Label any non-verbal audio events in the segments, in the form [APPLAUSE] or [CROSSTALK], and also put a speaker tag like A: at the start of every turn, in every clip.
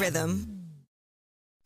A: rhythm.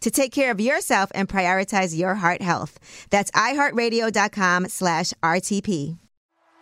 A: to take care of yourself and prioritize your heart health. That's iHeartRadio.com slash RTP.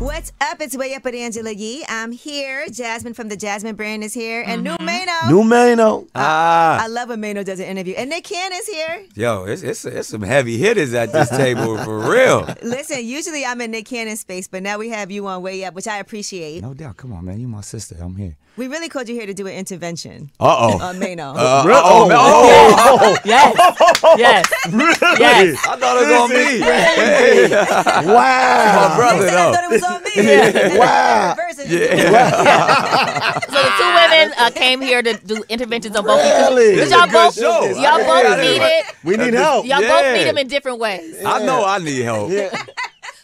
A: What's up? It's way up at Angela Yee. I'm here. Jasmine from the Jasmine brand is here, and New Mano.
B: New Mano.
A: I love when Mano does an interview, and Nick Cannon is here.
C: Yo, it's, it's it's some heavy hitters at this [LAUGHS] table for real.
A: Listen, usually I'm in Nick Cannon's space, but now we have you on way up, which I appreciate.
C: No doubt. Come on, man. You my sister. I'm here.
A: We really called you here to do an intervention
C: Oh.
B: Uh-oh.
A: on Mano.
C: [LAUGHS] Uh,
B: Really? Oh, oh,
D: Yes. yes.
B: really?
D: Yes.
C: I thought it was on me.
B: Wow.
C: My brother,
A: Said I
C: though.
A: thought it was
C: [LAUGHS]
A: on me.
B: Wow.
A: Yeah.
D: So the two women uh, came here to do interventions on both. of
B: Really?
D: you. But y'all
C: Good
D: both,
C: show.
D: y'all
C: Yeah, I
D: both
C: didn't
D: need
C: like-
D: it.
B: We need help.
D: Y'all
C: Yeah.
D: both need them in different ways.
C: I know I need help.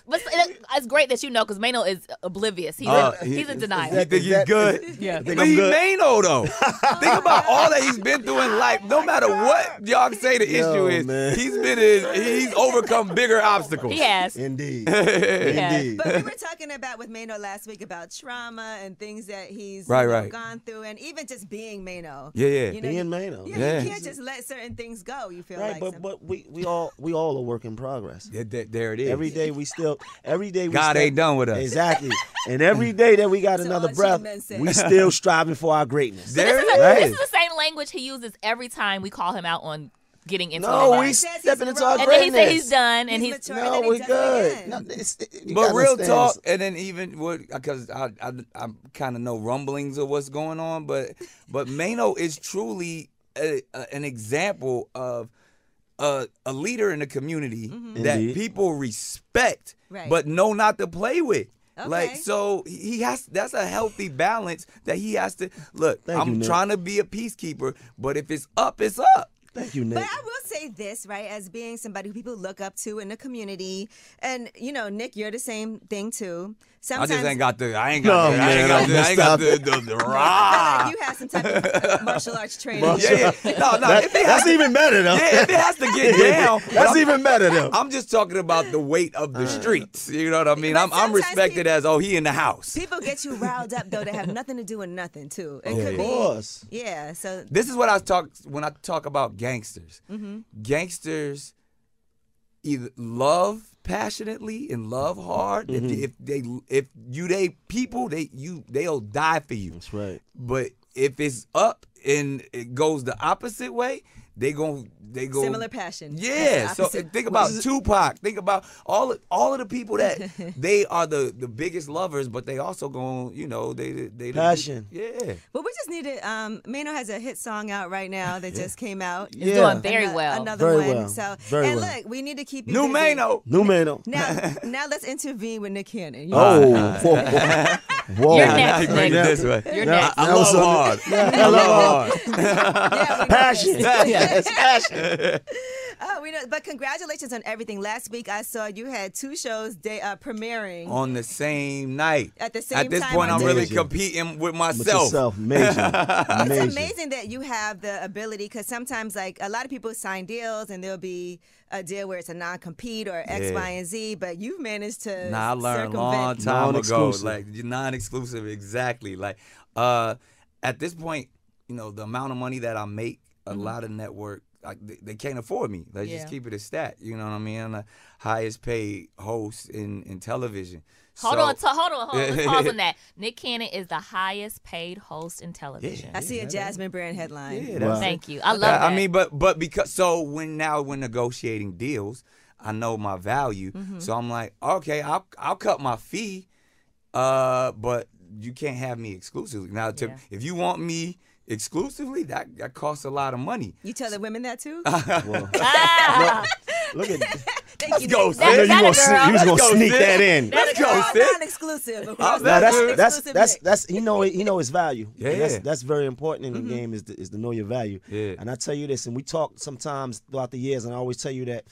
D: But it's- it's great that you know because Mano is oblivious. He's,
C: Uh,
D: a, he's a denier.
C: You think he's good?
D: yeah.
B: Think
C: But
B: I'm
C: he
B: good?
C: Mano [LAUGHS] though. Think about all that he's been through in life. No matter what y'all say, the
B: Yo,
C: issue is
B: man.
C: he's been in, he's overcome bigger obstacles. [LAUGHS]
D: He has.
B: Indeed.
D: Yeah.
B: Indeed.
A: But we were talking about with Mano last week about trauma and things that he's
C: Right,
A: you know,
C: right.
A: gone through, and even just being Mano.
C: Yeah, yeah.
A: You know,
B: Being
A: you-
B: Mano.
A: Yeah,
C: Yeah.
A: you can't just let certain things go. You feel
B: Right,
A: like
B: but
A: some-
B: but we, we all we all a work in progress.
C: Yeah, th- there it is.
B: Every day we still every day we
C: God
B: still-
C: ain't done with us. [LAUGHS]
B: Exactly. And every day that we got
A: So
B: another
A: all
B: breath,
A: achievements said.
B: we still striving for our greatness.
C: There
D: This is,
C: it
D: a-
B: Right.
D: this is the same language he uses every time we call him out on getting into
B: No,
D: it.
B: we
A: says he's
B: stepping into our
A: grown.
D: And then he
B: greatness.
D: said he's done, and
A: He's
D: he's,
A: mature.
B: No,
A: and then he
B: we
A: does it
B: good.
A: again.
B: No, it's- it- you
C: But
B: gotta
C: real
B: understand
C: talk,
B: this.
C: and then even what because I I, I kind of know rumblings of what's going on, but but Mano is truly a, a, an example of a, a leader in the community that
B: Indeed.
C: people respect,
A: Mm-hmm. Right.
C: but know not to play with. Like
A: Okay.
C: so, he- he has. That's a healthy balance that he has to look.
B: Thank you,
C: I'm
B: Nick.
C: trying to be a peacekeeper, but if it's up, it's up.
B: Thank you, Nick.
A: But I will say this, right, as being somebody who people look up to in the community, and you know, Nick, you're the same thing too. Sometimes
C: I just ain't got the. I ain't
B: No,
C: got. the, I ain't
B: man,
C: got
B: I'm
C: the. I ain't
B: messed
C: got
B: up.
C: the, the,
A: [LAUGHS]
C: the
A: I
C: rah.
A: feel like you have some type of martial
B: [LAUGHS]
A: arts training.
B: Ah. Martial-
C: Yeah, yeah. No, no.
B: That-
C: if it
B: that's
C: has-
B: even better though.
C: Yeah, if it has to
B: [LAUGHS]
C: get down,
B: That's
C: I'm,
B: even better though.
C: I'm just talking about the weight of the streets. You know what I mean?
A: But
C: I'm, I'm
A: sometimes
C: respected
A: people-
C: as oh he in the house.
A: People get you riled up though that have nothing to do with nothing too. It could
B: Of course.
A: be Yeah, so
C: This is what I talk when I talk about gangsters.
A: Mm-hmm.
C: Gangsters either love passionately and love hard.
B: Mm-hmm.
C: If, they, if they if you they people they you they'll die for you.
B: That's right.
C: But if it's up and it goes the opposite way, they gon' they go
A: Similar passion.
C: Yeah.
A: That's
C: So
A: opposite. [LAUGHS]
C: think about Tupac. Think about all of, all of the people that they are the the biggest lovers, but they also going you know they they
B: Passion.
C: Yeah.
A: but we just needed um Mano has a hit song out right now that just came out.
B: Yeah.
D: doing very
A: Ano-
D: well.
A: Another
B: Very
A: one.
B: well.
A: So
B: Very
A: and
B: well.
A: look, we need to keep you
C: New
A: busy.
C: Mano.
B: New Mano.
A: Now
B: [LAUGHS]
A: now let's intervene with Nick Cannon. You know?
B: Oh, whoa, whoa.
D: You're
B: Whoa.
D: next,
C: Now you bring it
D: Nick.
C: this way.
D: You're
B: Now-
D: next.
B: I love hard.
A: [LAUGHS]
B: Yeah, I love hard.
A: Yeah, we know this.
B: Passion. Yes, passion.
A: Oh, we you know, but congratulations on everything. Last week I saw you had two shows day, uh, premiering.
C: on the same night.
A: At the
C: At
A: same
C: this
A: time
C: point,
A: on
C: I'm really
B: Amazing.
C: competing with
B: With
C: myself.
B: yourself, major, major.
A: It's amazing that you have the ability because sometimes, like, a lot of people sign deals and there'll be a deal where it's a non compete or X,
C: Yeah.
A: Y, and Z, but you've managed to.
C: Nah, I learned a long
A: circumvent.
C: time ago.
B: Non-exclusive.
C: Like non-exclusive, exactly. Like uh, at this point, you know the amount of money that I make, a lot of network like they, they can't afford me. Let's
D: Mm-hmm. Yeah.
C: just keep it a stat. You know what I mean? I'm the highest paid host in in television.
D: Hold
C: So-
D: on, t- hold on, hold on. Let's pause on that. Nick Cannon is the highest paid host in television.
A: I see a Jasmine Brand headline.
C: Yeah, that's
D: Thank you. I love
C: Yeah,
D: that.
C: Uh, I mean, but but because so when now when negotiating deals, I know my value.
D: Mm-hmm.
C: So I'm like, okay, I'll I'll cut my fee, uh, but you can't have me exclusively. Now, to,
D: Yeah.
C: if you want me exclusively, that that costs a lot of money.
A: You tell the women that too?
C: [LAUGHS]
D: Ah,
B: Look at
A: Thank you.
C: go,
A: Nick.
C: sis.
B: I know you,
D: that a
B: gonna sne- you was
C: girl?
B: gonna sneak
C: Let's go,
B: that in.
C: Let's go,
A: All
C: sis.
A: non-exclusive. Of
C: Oh,
A: course.
B: No, that's
C: That's
B: that's
A: exclusive
B: that's
A: Nick.
B: that's he know he know his value. And that's
C: Yeah. Mm-hmm.
B: that's very important in the game is to, is to know your value.
C: Yeah.
B: And I tell you this, and we talk sometimes throughout the years, and I always tell you that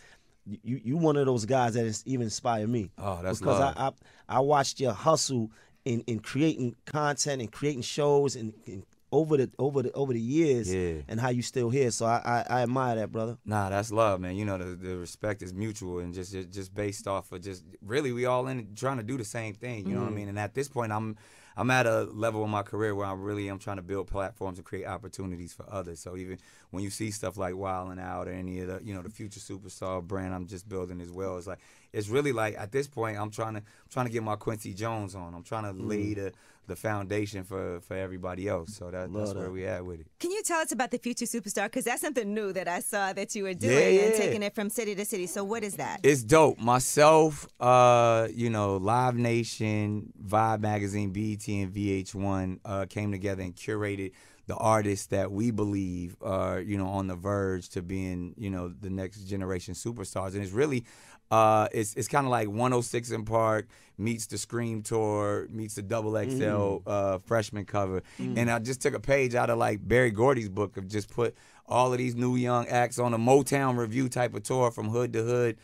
B: you you one of those guys that is, even inspire me.
C: Oh, that's
B: because
C: love.
B: I, I I watched your hustle in in creating content and creating shows and. and over the over the over the years
C: Yeah.
B: and how you still here so I, I i admire that brother
C: Nah, that's love, man. You know, the, the respect is mutual and just, just just based off of just really we all in it trying to do the same thing. You know what I mean? And at this point, I'm I'm at a level in my career where I really am trying to build platforms and create opportunities for others. So even when you see stuff like Wild and Out or any of the you know the future superstar brand I'm just building as well, it's like it's really like at this point I'm trying to trying to get my Quincy Jones on. I'm trying to lay the the foundation for for everybody else. So that, that's where we at with it.
A: Can you tell us about the future superstar? Because that's something new that I saw that you were doing and
C: Yeah.
A: taking it from city to city. So what is that?
C: It's dope. Myself, uh, you know, Live Nation, Vibe Magazine, BET, and VH1 uh, came together and curated the artists that we believe are, you know, on the verge to being, you know, the next generation superstars. And it's really, uh, it's it's kind of like 106 in Park meets the Scream Tour meets the Double XL uh, freshman cover. And I just took a page out of like Barry Gordy's book of just put all of these new young acts on a Motown review type of tour from hood to hood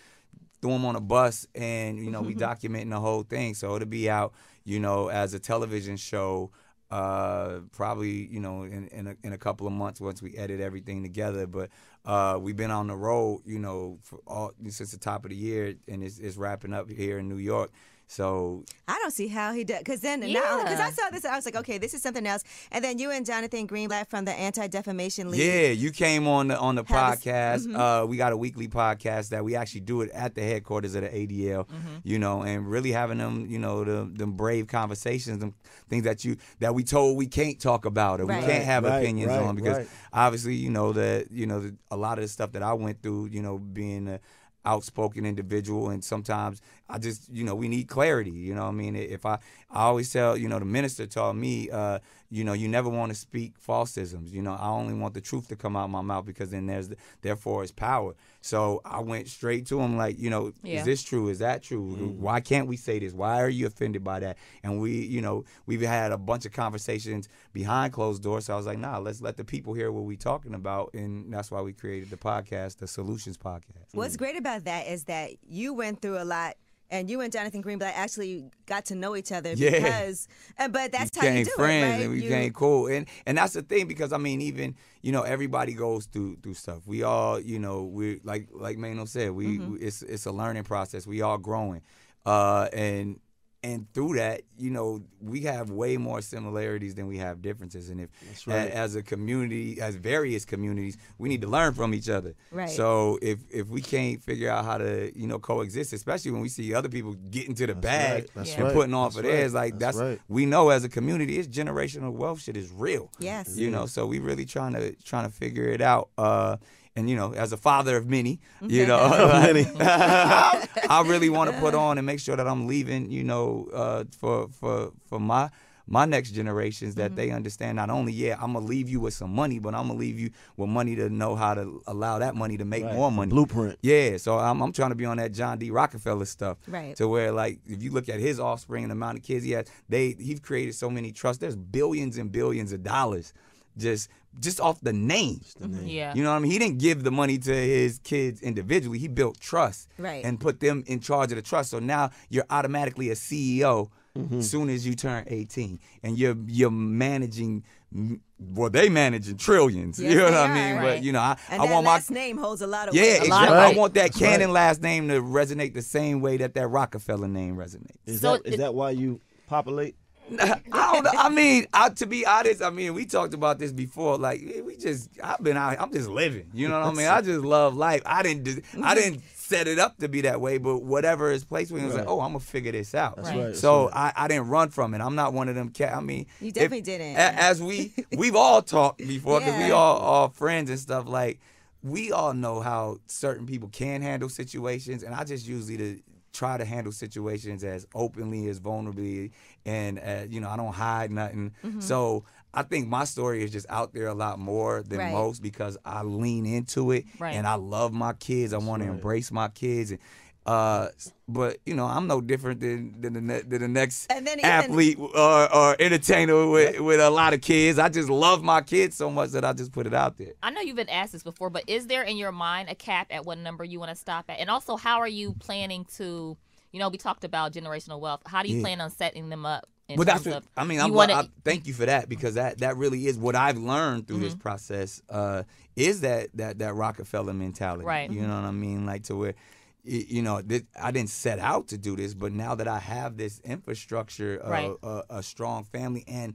C: threw them on a bus and you know we documenting the whole thing so it'll be out you know as a television show uh probably you know in in a, in a couple of months once we edit everything together but uh we've been on the road you know for all since the top of the year and it's, it's wrapping up here in new york so
A: I don't see how he does. Because then, because
D: Yeah.
A: I saw this, I was like, okay, this is something else. And then you and Jonathan Greenblatt from the Anti Defamation League.
C: Yeah, you came on the on the
A: Have a s- mm-hmm.
C: podcast. Uh, we got a weekly podcast that we actually do it at the headquarters of the ADL.
A: Mm-hmm.
C: You know, and really having them, you know, the, them brave conversations, them things that you that we told we can't talk about or
A: Right.
C: we can't have
B: Right,
C: opinions
B: right,
C: on because
B: right.
C: obviously you know that you know the, a lot of the stuff that I went through. You know, being a outspoken individual and sometimes I just you know we need clarity you know what I mean if I I always tell you know the minister taught me uh you know you never want to speak falsisms you know I only want the truth to come out of my mouth because then there's therefore is power so I went straight to him like you know
D: Yeah.
C: is this true is that true why can't we say this why are you offended by that and we you know we've had a bunch of conversations behind closed doors so I was like nah let's let the people hear what we talking about and that's why we created the podcast the solutions podcast
A: What's great about that is that you went through a lot, and you and Jonathan Greenblatt actually got to know each other
C: Yeah.
A: because. And, but that's how
C: became
A: you do
C: friends
A: it, right?
C: and we
A: You-
C: became cool. And and that's the thing because I mean even you know everybody goes through through stuff. We all you know we like like Mano said we
A: Mm-hmm.
C: we- it's it's a learning process. We all growing, uh, and and through that you know we have way more similarities than we have differences. And if a- as a community, as various communities, we need to learn from each other.
A: Right.
C: So if if we can't figure out how to you know coexist, especially when we see other people getting to the bag
B: right, that's
C: and
B: right,
C: putting off
B: that's
C: for
B: right,
C: theirs, like
B: that's
C: that's,
B: right.
C: we know as a community it's generational wealth shit is real
A: Yes.
C: you
B: Mm-hmm.
C: know so we really trying to trying to figure it out uh and you know as a father of many you know
B: many.
C: [LAUGHS] i really want to put on and make sure that i'm leaving you know uh for for for my my next generations that they understand not only yeah i'm gonna leave you with some money but i'm gonna leave you with money to know how to allow that money to make more money
B: blueprint
C: yeah, so I'm, I'm trying to be on that John D. Rockefeller stuff.
A: Right.
C: To where like if you look at his offspring and the amount of kids he has, they he's created so many trusts. There's billions and billions of dollars just just off the name.
D: Yeah.
C: You know what I mean? He didn't give the money to his kids individually. He built trust
A: Right.
C: and put them in charge of the trust. So now you're automatically a CEO as soon as you turn 18, and you're you're managing. m- Well, they managing trillions.
A: Yes,
C: you know
A: they
C: what
A: are.
C: I mean?
D: Right.
C: But you know, I,
A: And
C: I
A: that
C: want my
A: last name holds a lot of
C: yeah,
A: weight.
C: exactly.
D: lot of
C: I
D: weight.
C: want that
B: That's
C: Cannon
B: right.
C: last name to resonate the same way that that Rockefeller name resonates.
B: Is
D: So
B: that is
D: it-
B: that why you populate?
C: I don't know. I mean, I, to be honest, I mean, we talked about this before. Like, eh, we just, I've been out. I'm just living. You know what I mean? I just love life. I didn't, just,
B: Mm-hmm.
C: I didn't set it up to be that way. But whatever is placed with me, I was like,
B: Right.
C: oh, I'm gonna figure this out.
D: Right. right,
B: that's
C: So I, I didn't run from it. I'm not one of them. Cat. I mean,
A: You definitely didn't.
C: a- as we, we've all talked before because we
A: Yeah.
C: all are friends and stuff. Like, we all know how certain people can handle situations, and I just usually to try to handle situations as openly as vulnerably, and uh, you know, I don't hide nothing. So I think my story is just out there a lot more than
A: Right.
C: most because I lean into it,
D: Right.
C: and I love my kids. I want to embrace my kids. And, uh, s- but you know, I'm no different than than the, ne- than the next
A: And then even-
C: athlete or, or entertainer with, with a lot of kids. I just love my kids so much that I just put it out there.
D: I know you've been asked this before, but is there in your mind a cap at what number you want to stop at? And also, how are you planning to, you know, we talked about generational wealth. How do you plan on setting them up? In
C: But that's
D: terms
C: what
D: of-
C: I mean.
D: you
C: I'm,
D: wanna-
C: I thank you for that because that that really is what I've learned through
D: Mm-hmm.
C: this process. Uh, is that that that Rockefeller mentality?
D: Right. Mm-hmm.
C: You know what I mean? Like to where, y- you know, th- I didn't set out to do this, but now that I have this infrastructure, of
D: Right.
C: a, a strong family, and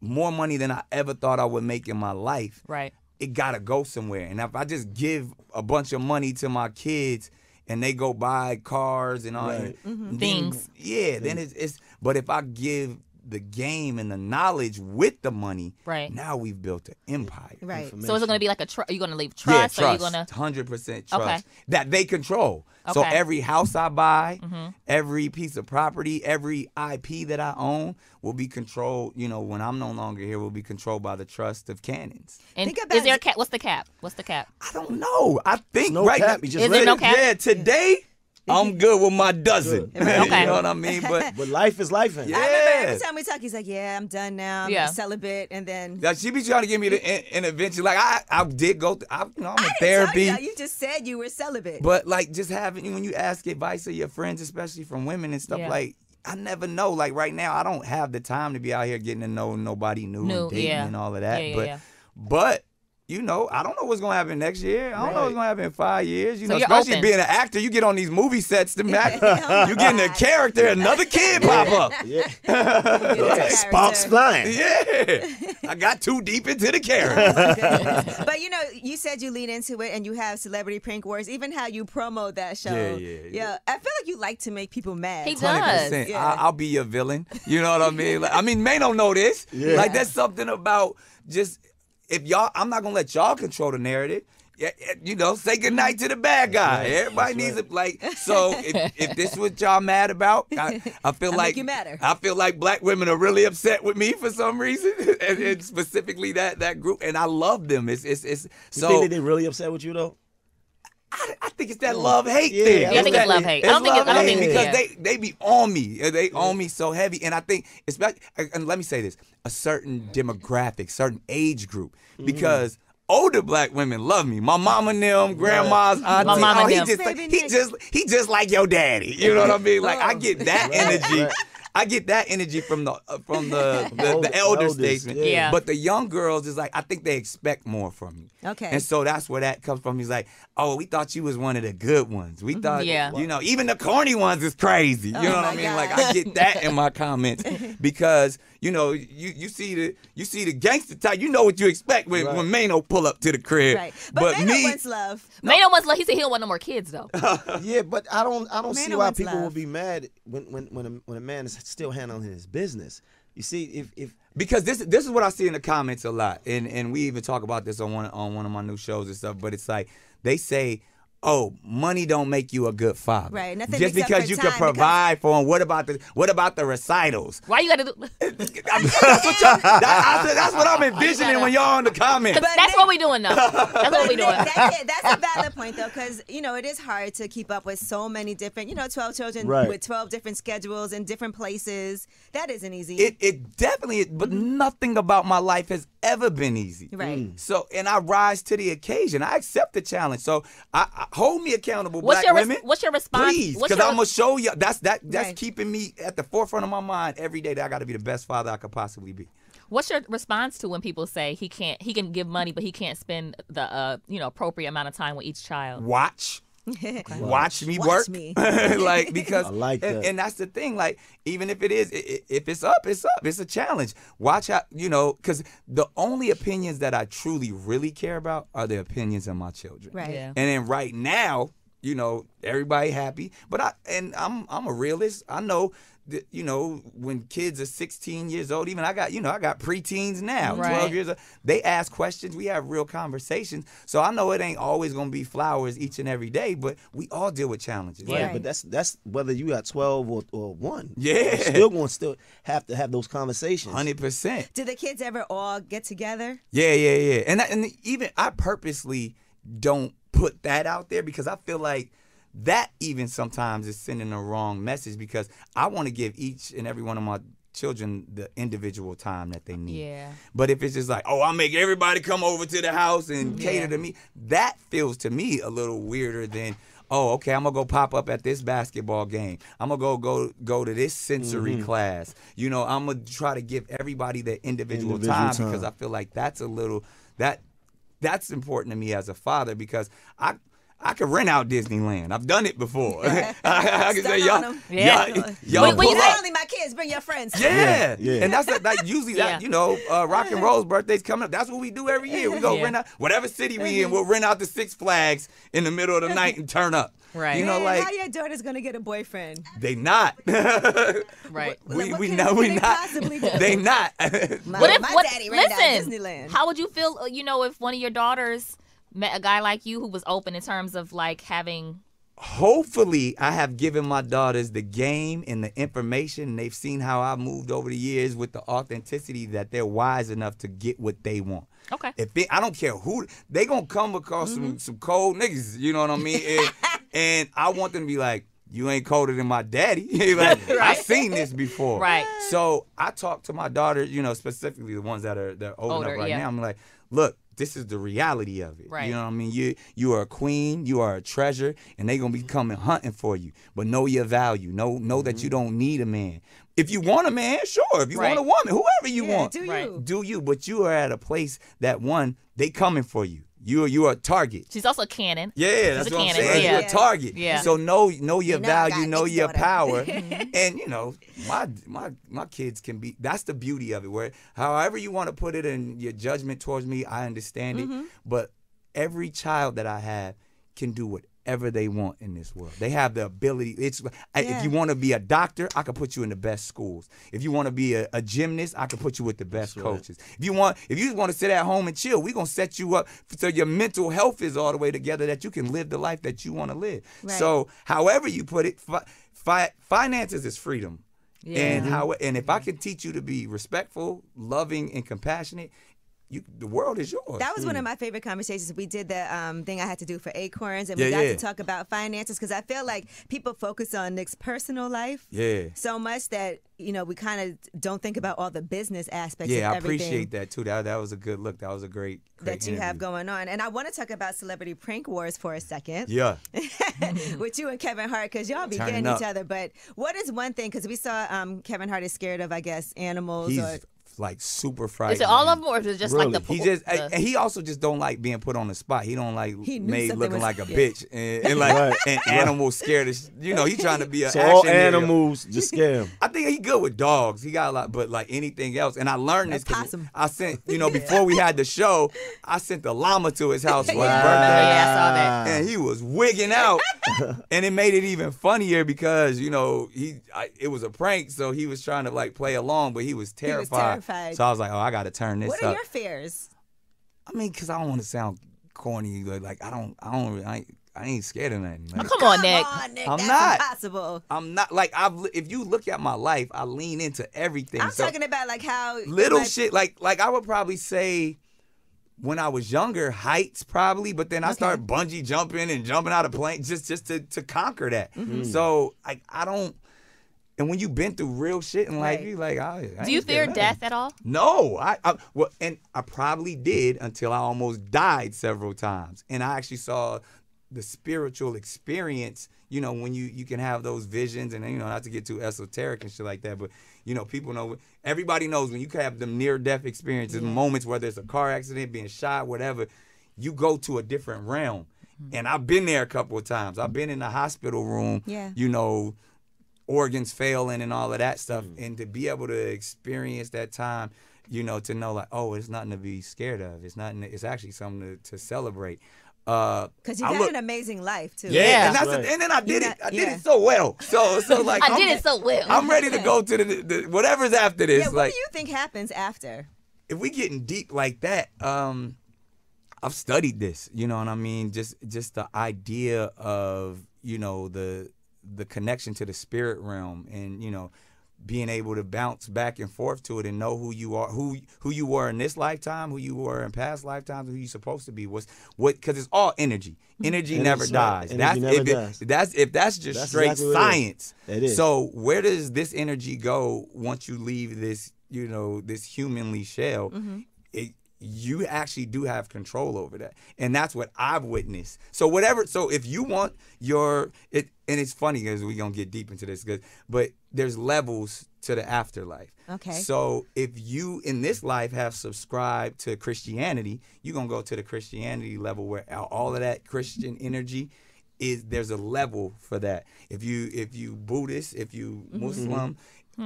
C: more money than I ever thought I would make in my life,
D: right.
C: it gotta go somewhere. And if I just give a bunch of money to my kids and they go buy cars and all
B: Right.
C: and then-
D: Mm-hmm. Things.
C: yeah, then it's, it's. But if I give the game and the knowledge with the money,
D: Right.
C: now we've built an empire.
A: Right.
D: So is it going to be like a? Tr- are you going to leave
C: Yeah,
D: trust? Are you
C: trust.
D: going to?
C: Hundred percent
D: Okay.
C: trust that they control. So
D: Okay. Mm-hmm.
C: every house I buy, every piece of property, every IP that I own will be controlled. You know, when I'm no longer here, will be controlled by the trust of cannons.
D: And
A: Think about
D: is there a
A: it.
D: cap? What's the cap? What's the cap?
C: I don't know. I think
B: no
C: right
B: cap,
C: now,
B: you just Is
D: there let no it- cap?
C: Yeah, today I'm good with my dozen.
D: Okay.
C: [LAUGHS] you know what I mean?
D: [LAUGHS]
C: But
B: But life is life. in it.
C: Yeah.
A: I remember every time we talk, he's like, "Yeah, I'm done now. I'm
D: Yeah.
A: celibate," and then [LAUGHS]
C: now she be trying to give me the in- intervention. Like I, I did go. Th- I, you know,
A: I
C: I'm in
A: didn't
C: therapy.
A: Tell you, that. you just said you were celibate.
C: But like just having when you ask advice of your friends, especially from women and stuff,
D: Yeah.
C: like I never know. Like right now, I don't have the time to be out here getting to know nobody new,
D: New,
C: and dating
D: yeah.
C: and all of that.
D: Yeah, yeah,
C: but
D: yeah.
C: but you know, I don't know what's gonna happen next year. I don't know what's gonna happen in five years. You
D: So
C: know,
D: you're
C: especially
D: open. Oh
C: being an actor, you get on these movie sets
D: [LAUGHS]
C: to act.
A: my
C: [LAUGHS] you getting a
A: God.
C: character, another kid pop up.
B: Yeah.
A: It's a
C: [LAUGHS]
A: character.
B: Sparks flying.
D: [LAUGHS]
C: Yeah, I got too deep into the character. [LAUGHS]
A: but you know, you said you lean into it, and you have celebrity prank wars. Even how you promo that show.
C: Yeah, yeah, yeah.
A: I feel like you like to make people mad.
D: He does.
C: Hundred percent.
A: Yeah.
C: I'll be your villain. You know what I mean? Like, I mean, May don't know this.
B: Yeah.
C: Like that's something about just if y'all. I'm not gonna let y'all control the narrative. Yeah, yeah, You know, say goodnight to the bad guy. Everybody needs to like. So if, if this what y'all mad about, I, I feel
A: I'll make
C: like
A: you madder.
C: I feel like black women are really upset with me for some reason, [LAUGHS] and, and specifically that that group. And I love them. It's it's it's.
B: You
C: [LAUGHS] So
B: think that they really upset with you though?
C: I think it's that love hate
B: Yeah,
C: thing.
B: Yeah, I think it's
C: that-
D: love-hate. I don't think it's- I don't
C: love-hate
D: think-
C: because
D: yeah.
C: they they be on me. Uh, They on me so heavy, and I think especially and let me say this: a certain demographic, certain age group, because. Older black women love me. My mama and them, grandmas, aunties.
D: mama
C: oh, he
D: and them.
C: just like,
A: Baby
C: he
A: Nick.
C: just he just like your daddy. You know what I mean? Like I
A: Oh.
C: get that energy. I get that energy from the uh, from the the,
B: Older-
C: the elder
B: elders,
C: statesman.
B: yeah.
D: Yeah.
C: But the young girls is like I think they expect more from you.
A: Okay.
C: And so that's where that comes from. He's like, oh, we thought you was one of the good ones. We thought,
D: Yeah.
C: you know, even the corny ones is crazy. You
A: Mm-hmm. Oh,
C: know what
A: my
C: I mean? Like
A: God.
C: I get that in my comments
A: [LAUGHS]
C: because you know you, you see the you see the gangster type. You know what you expect when
B: Right.
C: when Mano pull up to the crib.
A: Right. But, Mano wants love.
D: Mano wants. He said he don't want no more kids
C: [LAUGHS]
D: though.
B: Yeah, but I don't I don't
A: Man
B: see why
A: wants
B: people
A: love.
B: will be mad when when when a, when a man is still handling his business. You see, if if
C: because this this is what I see in the comments a lot, and and we even talk about this on one on one of my new shows and stuff. But it's like they say. Oh, money don't make you a good father.
A: Right, nothing
C: Just
A: makes up
C: because
A: for
C: you
A: time,
C: can
A: because-
C: provide for him. What about the what about
A: [LAUGHS]
C: the recitals?
D: Why you got to [LAUGHS] do?
C: I mean, that's, what y'all, that- I said,
A: [LAUGHS]
C: that's what I'm envisioning when y'all in the comments.
A: But
D: That's
A: Nick-
D: what we doing though.
C: [LAUGHS]
D: That's what we
A: But
D: doing.
A: Nick, that- that's a valid point though, because you know it is hard to keep up with so many different, you know, twelve children
B: Right.
A: with twelve different schedules in different places. That isn't easy.
D: Mm-hmm.
C: It, it definitely, but nothing about my life has ever been easy.
A: Right. Mm.
C: So, and I rise to the occasion. I accept the challenge. So, I, I hold me accountable,
D: What's
C: black
D: your res-
C: women.
D: what's your response-
C: Please,
D: what's
C: because
D: your-
C: I'm gonna show you. That's that. That's
A: Right.
C: keeping me at the forefront of my mind every day. That I got to be the best father I could possibly be.
D: What's your response to when people say he can't? He can give money, but he can't spend the uh, you know appropriate amount of time with each
A: [LAUGHS]
D: child.
C: Watch. Watch me
A: Watch
C: work,
A: me.
C: [LAUGHS]
A: [LAUGHS]
C: like because
B: I like
C: and,
B: that.
C: and that's the thing. Like even if it is, i- i- if it's up, it's up. It's a challenge. Watch out, you know, because the only opinions that I truly, really care about are the opinions of my children.
A: Right.
D: Yeah.
C: And then right now, you know, everybody happy. But I and I'm I'm a realist. I know that you know when kids are 16 years old. Even I got you know I got preteens now,
D: Right.
C: 12 years. old. They ask questions. We have real conversations. So I know it ain't always gonna be flowers each and every day. But we all deal with challenges.
B: Right,
A: Right.
B: but that's that's whether you got twelve or, or one. you
C: Yeah.
B: still going to still have to have those conversations.
C: Hundred percent.
A: Do the kids ever all get together?
C: Yeah, yeah, yeah. And I, and even I purposely don't put that out there because I feel like that even sometimes is sending the wrong message because I want to give each and every one of my children the individual time that they need.
D: Yeah.
C: But if it's just like, oh, I'll make everybody come over to the house and cater to me, that feels to me a little weirder than, oh, okay, I'm gonna go pop up at this basketball game. I'm gonna go go go to this sensory class. You know, I'm gonna try to give everybody their individual,
B: Individual
C: time,
B: time.
C: because I feel like that's a little that that's important to me as a father because I I could rent out Disneyland. I've done it before. [LAUGHS] I, I can say
A: Stunt on
C: y'all,
A: 'em.
D: Yeah.
C: y'all,
D: Wait,
C: y'all
D: wait,
C: pull
D: you
C: up.
A: Not only my kids, bring your friends.
B: Yeah,
C: Yeah.
B: yeah.
C: And that's like, like usually
D: Yeah.
C: that, you know, uh, Rock and Roll's birthday's coming up. That's what we do every year. We go
D: Yeah. Mm-hmm.
C: rent out whatever city we in, we'll rent out the Six Flags in the middle of the night and turn up.
D: Right.
C: You know,
A: Man,
C: like
A: how your daughter's gonna get a boyfriend?
C: they not. [LAUGHS]
D: Right.
C: we
A: what
C: we
A: can-
C: know
A: what
C: we
A: can they
C: not.
A: possibly do?
C: They not.
D: [LAUGHS]
A: My,
D: What if
A: my
D: what,
A: daddy ran
D: listen,
A: down Disneyland.
D: How would you feel? uh, You know, if one of your daughters met a guy like you who was open in terms of like having
C: Hopefully, I have given my daughters the game and the information. and They've seen how I moved over the years with the authenticity that they're wise enough to get what they want.
D: Okay. Mm-hmm.
C: If they, I don't care who they gonna come across some some cold niggas, you know what I mean?
D: [LAUGHS]
C: And, and I want them to be like, you ain't colder than my daddy. [LAUGHS]
D: [LAUGHS]
C: like, I've seen this before.
D: Right.
C: So I talk to my daughters, you know, specifically the ones that are that are old
D: Older,
C: enough right
D: yeah.
C: now. I'm like, look, this is the reality of it.
D: Right.
C: You know what I mean? You you are a queen, you are a treasure, and they gonna
D: Mm-hmm.
C: be coming hunting for you. But know your value. Know know that you don't need a man. If you want a man, sure. If you
D: Mm-hmm. Right.
C: want a woman, whoever you
A: Yeah,
C: want,
A: do you?
D: Right.
C: do you? But you are at a place that one, they coming for you. You are you are a target.
D: she's also canon.
C: Yeah, that's
D: a
C: what I'm
D: cannon,
C: saying.
D: yeah.
C: You're a target.
D: Yeah.
C: So know know your
A: know I
C: value,
A: got
C: know
A: X
C: your
A: daughter. [LAUGHS]
C: power,
A: Mm-hmm.
C: and you know my my my kids can be. That's the beauty of it. Where however you want to put it in your judgment towards me, I understand
A: Mm-hmm.
C: it. But every child that I have can do whatever they want in this world. They have the ability. It's I
A: Yeah.
C: if you want to be a doctor, I could put you in the best schools. If you want to be a, a gymnast, I could put you with the best coaches. If you want, if you just want to sit at home and chill, we gonna set you up so your mental health is all the way together that you can live the life that you want to live.
A: Right.
C: So, however you put it, fi- fi- finances is freedom. And how and if I
A: Mm-hmm.
C: can teach you to be respectful, loving, and compassionate, you the world is yours.
A: That was one of my favorite conversations. We did the um, thing I had to do for Acorns, and we
C: Yeah,
A: got
C: yeah.
A: to talk about finances because I feel like people focus on Nick's personal life
C: Yeah.
A: so much that you know we kind of don't think about all the business aspects.
C: yeah,
A: of
C: I
A: everything
C: appreciate that too. That that was a good look. That was a great, great
A: that you have
C: interview.
A: going on, and I want to talk about celebrity prank wars for a second. [LAUGHS]
C: Yeah.
A: with you and Kevin Hart because y'all be
C: Turning
A: getting
C: up.
A: each other. But what is one thing? Because we saw um, Kevin Hart is scared of, I guess, animals.
C: He's
A: or,
C: like super frightened.
D: Is it all of them, or is it just like the
C: He
D: po-
C: just
D: the-
C: and he also just don't like being put on the spot. He don't like
A: He knew
C: made
A: something
C: looking
A: was-
C: like a
A: [LAUGHS] yeah.
C: bitch and, and like
B: Right,
C: an animal scared. Of, sh- you know, he trying to be a
B: so
C: action
B: all
C: hero.
B: animals just scam.
C: I think he good with dogs. He got a lot, but like anything else. And I learned this. 'cause
A: possum.
C: I sent,
A: [LAUGHS]
C: you know, before we had the show, I sent the llama to his house for his birthday
D: yeah, I saw that.
C: and he was
A: [LAUGHS]
C: wigging out, and it made it even funnier because you know he I, it was a prank, so he was trying to like play along, but he was terrified.
A: terrified.
C: So I was like, oh, I got to turn this
A: what
C: up.
A: are your fears?
C: I mean, cause I don't want to sound corny, but like I don't, I don't, I ain't, I ain't scared of nothing. Like,
D: Come on, Nick.
A: Oh, Come on, Nick.
C: I'm
A: that's
C: not.
A: impossible.
C: I'm not like I've. li- If you look at my life, I lean into everything.
A: I'm
C: So-
A: talking about like how
C: little
A: like,
C: shit like like I would probably say when I was younger, heights probably, but then I started bungee
A: Mm-hmm.
D: Mm.
C: jumping and jumping out of planes just just to to conquer that. So like I don't And when you've been through real shit in life,
A: Right.
C: you like, I, I
D: Do you
C: ain't
D: fear
C: feeling
D: death
C: nothing.
D: at all?
C: No, I, I well, and I probably did until I almost died several times, and I actually saw the spiritual experience. You know, when you you can have those visions, and you know, not to get too esoteric and shit like that, but you know, people know. Everybody knows when you can have them near death experiences, moments whether it's a car accident, being shot, whatever. You go to a different realm, and I've been there a couple of times. I've been in the hospital room.
A: Yeah.
C: You know, organs failing and all of that stuff and to be able to experience that time you know to know like oh it's nothing to be scared of it's nothing it's actually something to, to celebrate uh
A: Because you
C: I
A: got
C: look-
A: an amazing life too.
C: yeah,
D: Yeah.
C: and that's
B: Right.
C: the, and then i did it
A: got-
C: i did
A: yeah.
C: it so well so
D: [LAUGHS]
C: so like
D: I
C: I'm-
D: did it so well.
C: i'm ready to go to the, the whatever's after
A: Yeah,
C: this
A: what
C: like
A: do you think happens after?
C: if we getting deep like that, um, I've studied this, you know what I mean? Just just the idea of, you know, the the connection to the spirit realm and, you know, being able to bounce back and forth to it and know who you are, who who you were in this lifetime, who you were in past lifetimes, who you supposed to be, what's what because it's all energy. Energy
B: Mm-hmm. Energy,
C: never
B: right.
C: dies.
B: Energy
C: that's
B: never
C: if it-
B: dies.
C: that's if that's just
B: That's
C: straight
B: exactly what it is.
C: science.
B: It is.
C: So where does this energy go once you leave this, you know, this humanly shell? It, you actually do have control over that, and that's what I've witnessed. So whatever, so if you want your it, and it's funny because we're gonna get deep into this, 'cause- but there's levels to the afterlife.
A: Okay.
C: So if you in this life have subscribed to Christianity, you're gonna go to the Christianity level where all of that Christian energy is there's a level for that. If you if you Buddhist, if you Muslim,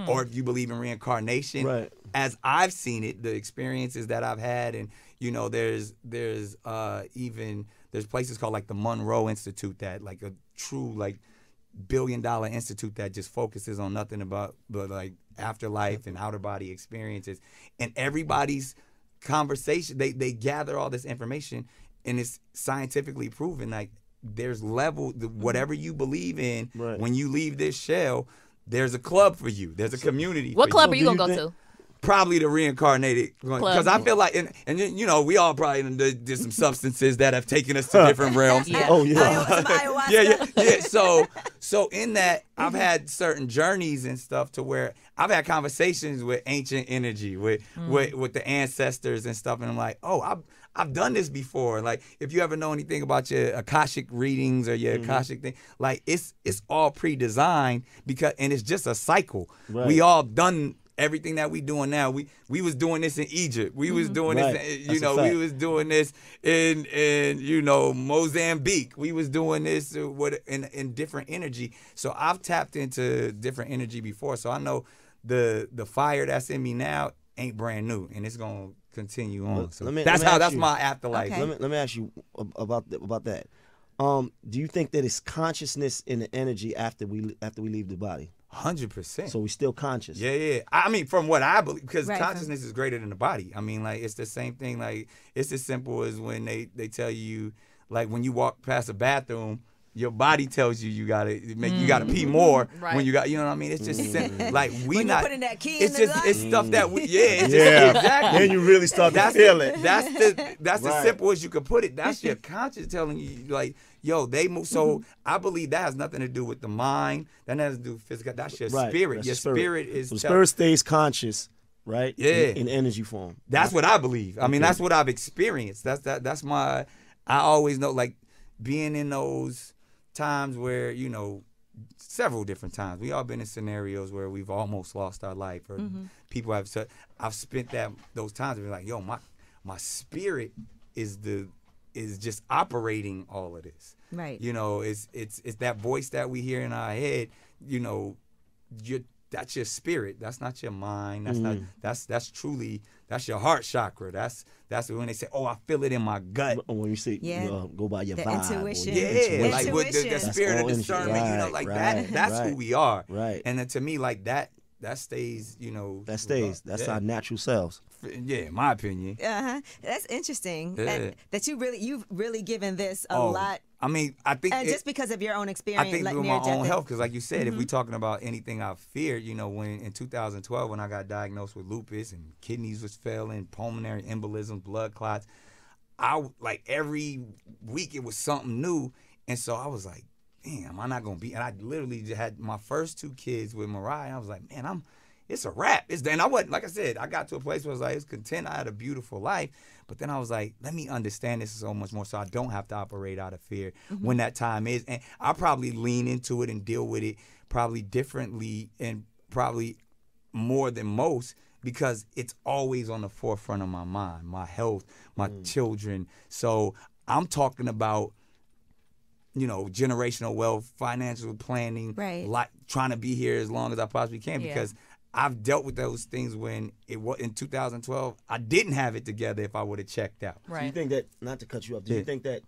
C: or if you believe in reincarnation,
B: Right.
C: as I've seen it, the experiences that I've had, and you know, there's there's uh, even there's places called like the Monroe Institute that like a true like billion dollar institute that just focuses on nothing about but like afterlife and outer body experiences, and everybody's conversation they they gather all this information, and it's scientifically proven like there's level the-
D: Mm-hmm.
C: whatever you believe in
B: Right.
C: when you leave this shell. There's a club for you. There's a community.
D: What
C: for
D: club
C: you
D: are you
B: do
D: gonna
B: you
D: go to?
C: probably the reincarnated
D: Club.
C: because I feel like and, and you know we all probably done did, did some substances that have taken us to different realms.
D: Yeah.
B: Oh yeah.
A: Ayahu- some ayahuasca.
C: [LAUGHS] Yeah, yeah, yeah. So, so in that, I've had certain journeys and stuff to where I've had conversations with ancient energy, with with, with the ancestors and stuff, and I'm like, oh, I've I've done this before. Like, if you ever know anything about your akashic readings or your
B: Mm-hmm.
C: akashic thing, like it's it's all pre-designed because, and it's just a cycle.
B: Right.
C: We all done. Everything that we doing now, we we was doing this in Egypt. We was doing
B: Right.
C: this, in, you
B: That's a
C: know,
B: fact.
C: we was doing this in in you know Mozambique. We was doing this uh, what in in different energy. So I've tapped into different energy before. So I know the the fire that's in me now ain't brand new, and it's gonna continue on. So
B: let me-
C: that's
B: let me
C: how
B: ask
C: that's
B: you.
C: my afterlife.
A: Okay.
B: Let me let me ask you ab- about th- about that. Um, do you think that it's consciousness and the energy after we after we leave the body?
C: Hundred percent.
B: So we still conscious.
C: Yeah, yeah. I mean, from what I believe, because
A: Right, from-
C: consciousness is greater than the body. I mean, like it's the same thing. Like it's as simple as when they they tell you, like when you walk past a bathroom, your body tells you you gotta make you gotta pee more
D: Right.
C: when you got. You know what I mean? It's just sim- like we
A: Mm. When you're
C: not.
A: putting that key in
C: it's
A: the
C: just
A: lock.
C: it's stuff that we yeah. It's
E: Yeah.
C: Just, [LAUGHS] exactly.
E: Then you really start to
C: That's
E: feel
C: the,
E: it.
C: that's the that's as
E: Right.
C: simple as you could put it.
B: [LAUGHS]
C: That's your conscience telling you like, yo, they move.
B: Mm-hmm.
C: So I believe that has nothing to do with the mind. That has to do with physical. That's your
B: Right.
C: spirit.
B: That's
C: your
B: the
C: spirit, is
B: so
C: tell-
B: spirit stays conscious, right?
C: Yeah.
B: In, in energy form.
C: That's what I believe. I mean, that's what I've experienced. That's that. That's my. I always know, like, being in those times where you know, several different times. We all been in scenarios where we've almost lost our life, or people have. So I've spent that those times and been like, yo, my my spirit is the is just operating all of this.
A: Right.
C: You know, it's it's it's that voice that we hear in our head. You know, your that's your spirit. That's not your mind. That's
B: Mm.
C: not that's that's truly that's your heart chakra. That's that's when they say, "Oh, I feel it in my gut."
B: Or When you see,
A: Yeah.
B: you know, go by your
A: The
B: vibe. or your
A: intuition.
C: Yeah,
A: Intuition.
C: like with the, the
A: That's
C: spirit
B: all
C: of
B: energy.
C: discernment, you know,
B: Right,
C: like
B: right,
C: that. That's
B: right,
C: who we are.
B: right.
C: And then to me, like that, that stays. You know,
B: That stays. That's
C: yeah.
B: our natural selves.
C: yeah, in my opinion.
A: Uh-huh. That's interesting.
C: Yeah.
A: That, that you really you've really given this a
C: Oh,
A: lot,
C: I mean, I think
A: and
C: it-
A: just because of your own
C: I
A: experience,
C: think
A: like
C: with
A: near
C: my
A: death.
C: own health, because like you said, if we're talking about anything I feared, you know, when in 2012 when I got diagnosed with lupus and kidneys was failing, pulmonary embolisms, blood clots, I w- like every week it was something new, and so I was like, damn, I'm not gonna be. And I literally just had my first two kids with Mariah. I was like, man, I'm. It's a wrap. It's and I wasn't like I said. I got to a place where I was like, it's content. I had a beautiful life, but then I was like, let me understand this so much more, so I don't have to operate out of fear when that time is. And I probably lean into it and deal with it probably differently and probably more than most because it's always on the forefront of my mind, my health, my children. So I'm talking about you know, generational wealth, financial planning,
A: Right.
C: Like trying to be here as long as I possibly can
D: Yeah.
C: because I've dealt with those things when it was in 2012. I didn't have it together if I would have checked out.
B: Do you
D: Right.
B: think that not to cut you off? Do you
C: Yeah.
B: think that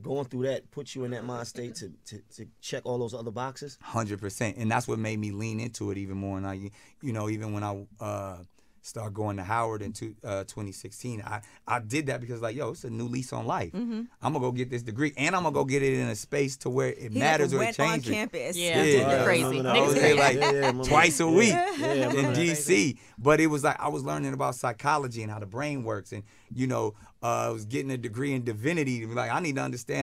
B: going through that puts you in that mind state to, to, to check all those other boxes?
C: Hundred percent, and that's what made me lean into it even more. And I, you know, even when I uh, started going to Howard in two, uh, 2016, I I did that because like, yo, it's a new lease on life. I'm gonna go get this degree, and I'm gonna go get it in a space to where it
E: He like
C: matters or it
E: went on
C: changes.
E: campus.
D: Yeah.
C: Yeah.
D: You're crazy.
B: remember that.
D: Niggas
C: I was
D: do
C: there
D: that.
C: like
B: [LAUGHS] Yeah, yeah, I remember
C: twice a
B: that.
C: week
B: Yeah, yeah, I
C: in
B: remember that.
C: DC. But it was like I was learning about psychology and how the brain works, and you know, uh, I was getting a degree in divinity. Like I need to understand.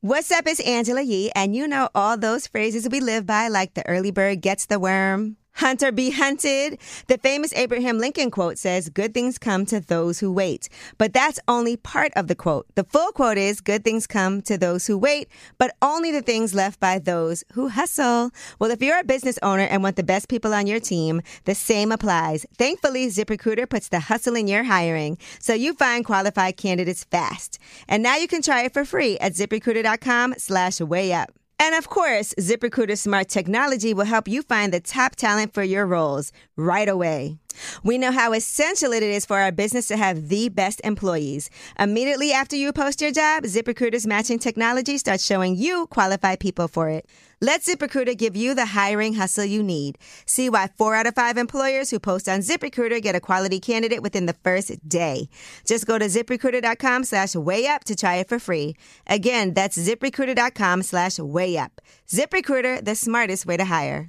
A: What's up? It's Angela Yee, and you know all those phrases we live by, like the early bird gets the worm, hunter be hunted. The famous Abraham Lincoln quote says, Good things come to those who wait. But that's only part of the quote. The full quote is, Good things come to those who wait, but only the things left by those who hustle. Well, if you're a business owner and want the best people on your team, the same applies. Thankfully, ZipRecruiter puts the hustle in your hiring so you find qualified candidates fast. And now you can try it for free at ziprecruiter.com slash way up. And of course, ZipRecruiter's smart technology will help you find the top talent for your roles right away. We know how essential it is for our business to have the best employees. Immediately after you post your job, ZipRecruiter's matching technology starts showing you qualified people for it. Let ZipRecruiter give you the hiring hustle you need. See why four out of five employers who post on ZipRecruiter get a quality candidate within the first day. Just go to ziprecruiter.com slash way up to try it for free. Again, that's ziprecruiter.com slash way up. ZipRecruiter, the smartest way to hire.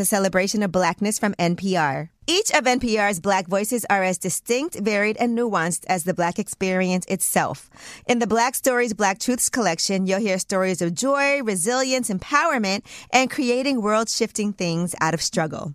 A: a celebration of blackness from NPR. Each of NPR's black voices are as distinct, varied, and nuanced as the black experience itself. In the Black Stories, Black Truths collection, you'll hear stories of joy, resilience, empowerment, and creating world shifting things out of struggle.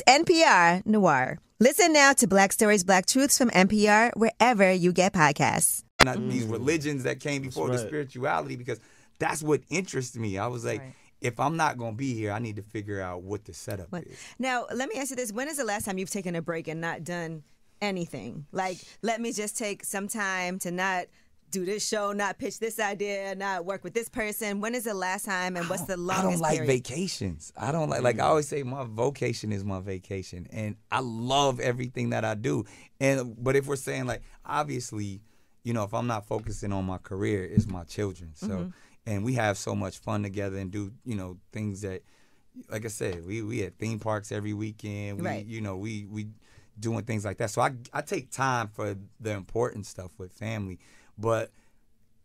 A: NPR Noir. Listen now to Black Stories, Black Truths from NPR wherever you get podcasts.
C: not these religions that came before the spirituality because that's what interests me. I was like, if I'm not gonna be here, I need to figure out what the setup is.
A: Now, let me ask you this: When is the last time you've taken a break and not done anything? Like, let me just take some time to not do this show, not pitch this idea, not work with this person? When is the last time and what's the
C: I
A: longest
C: don't like
A: period?
C: vacations. I don't like like I always say my vocation is my vacation and I love everything that I do. And but if we're saying like obviously, you know, if I'm not focusing on my career, it's my children. So
A: Mm-hmm.
C: and we have so much fun together and do, you know, things that like I said, we we at theme parks every weekend. We
A: Right.
C: you know, we we doing things like that. So I I take time for the important stuff with family. But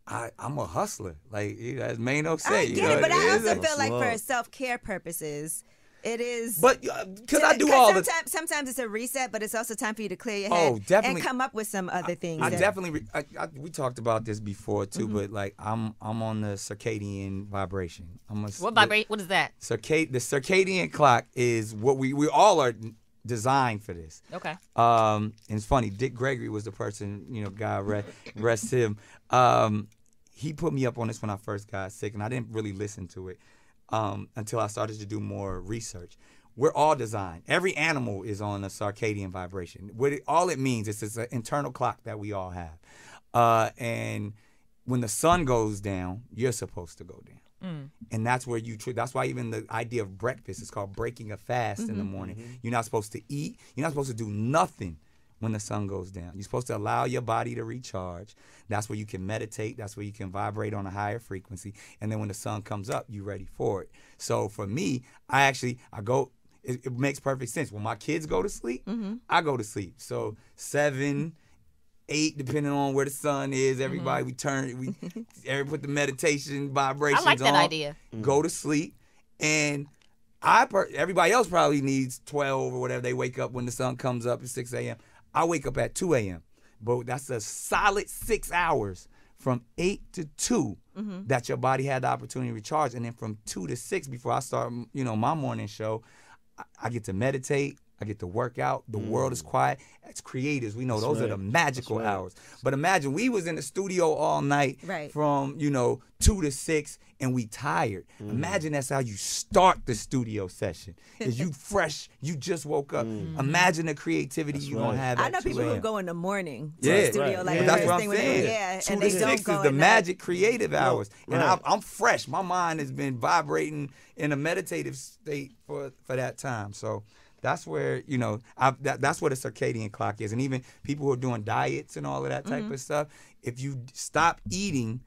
C: I, I'm a hustler. Like you know, as Mano said,
A: I
C: you
A: get
C: know,
A: it, but I
C: is a-
A: also feel like for
B: Love.
A: self care purposes, it is.
C: But because I do all the.
A: sometimes, sometimes it's a reset, but it's also time for you to clear your
C: Oh,
A: head
C: definitely.
A: and come up with some other things.
C: I
A: that-
C: definitely. Re- I, I, we talked about this before too, but like I'm I'm on the circadian vibration. I'm a,
D: What vibrate? What is that?
C: The, circad- the circadian clock is what we we all are designed for this.
D: Okay.
C: Um, and it's funny. Dick Gregory was the person, you know, God rest, rest him. Um, he put me up on this when I first got sick, and I didn't really listen to it um, until I started to do more research. We're all designed. Every animal is on a circadian vibration. What it, all it means is it's an internal clock that we all have. Uh, and when the sun goes down, you're supposed to go down and that's where you tr- that's why even the idea of breakfast is called breaking a fast in the morning you're not supposed to eat you're not supposed to do nothing when the sun goes down you're supposed to allow your body to recharge that's where you can meditate that's where you can vibrate on a higher frequency and then when the sun comes up you're ready for it so for me i actually i go it, it makes perfect sense when my kids go to sleep i go to sleep so seven eight, depending on where the sun is. Everybody, we turn, we everybody put the meditation vibrations
D: Mm-hmm. I like that
C: on,
D: idea.
C: Go to sleep, and I per- everybody else probably needs twelve or whatever. They wake up when the sun comes up at six a.m. I wake up at two a.m. But that's a solid six hours from eight to 2
D: Mm-hmm.
C: that your body had the opportunity to recharge, and then from two to six before I start, you know, my morning show. I- I get to meditate. I get to work out. The world is quiet. As creators, we know those are the magical hours. But imagine we was in the studio all night
A: Right.
C: from, you know, 2 to 6 and we tired. Imagine that's how you start the studio session. Is
A: [LAUGHS]
C: you fresh, you just woke up. Imagine the creativity you're going to
B: right.
C: have
A: Mm-hmm. I
C: at
A: know
C: 2
A: people
C: a.m.
A: who go in the morning to
C: Yeah,
A: the studio,
B: right.
A: like
B: Yeah.
C: But
A: the
C: that's
A: first
C: what
A: thing
C: I'm
A: when
C: saying.
A: they, yeah,
C: Two
A: and
C: to
A: they don't
C: six
A: go
C: is the
A: at night.
C: magic creative hours, and
B: right.
C: I, I'm fresh. My mind has been vibrating in a meditative state for for that time. So that's where you know I've, that, that's what a circadian clock is, and even people who are doing diets and all of that type
A: Mm-hmm.
C: of stuff. If you stop eating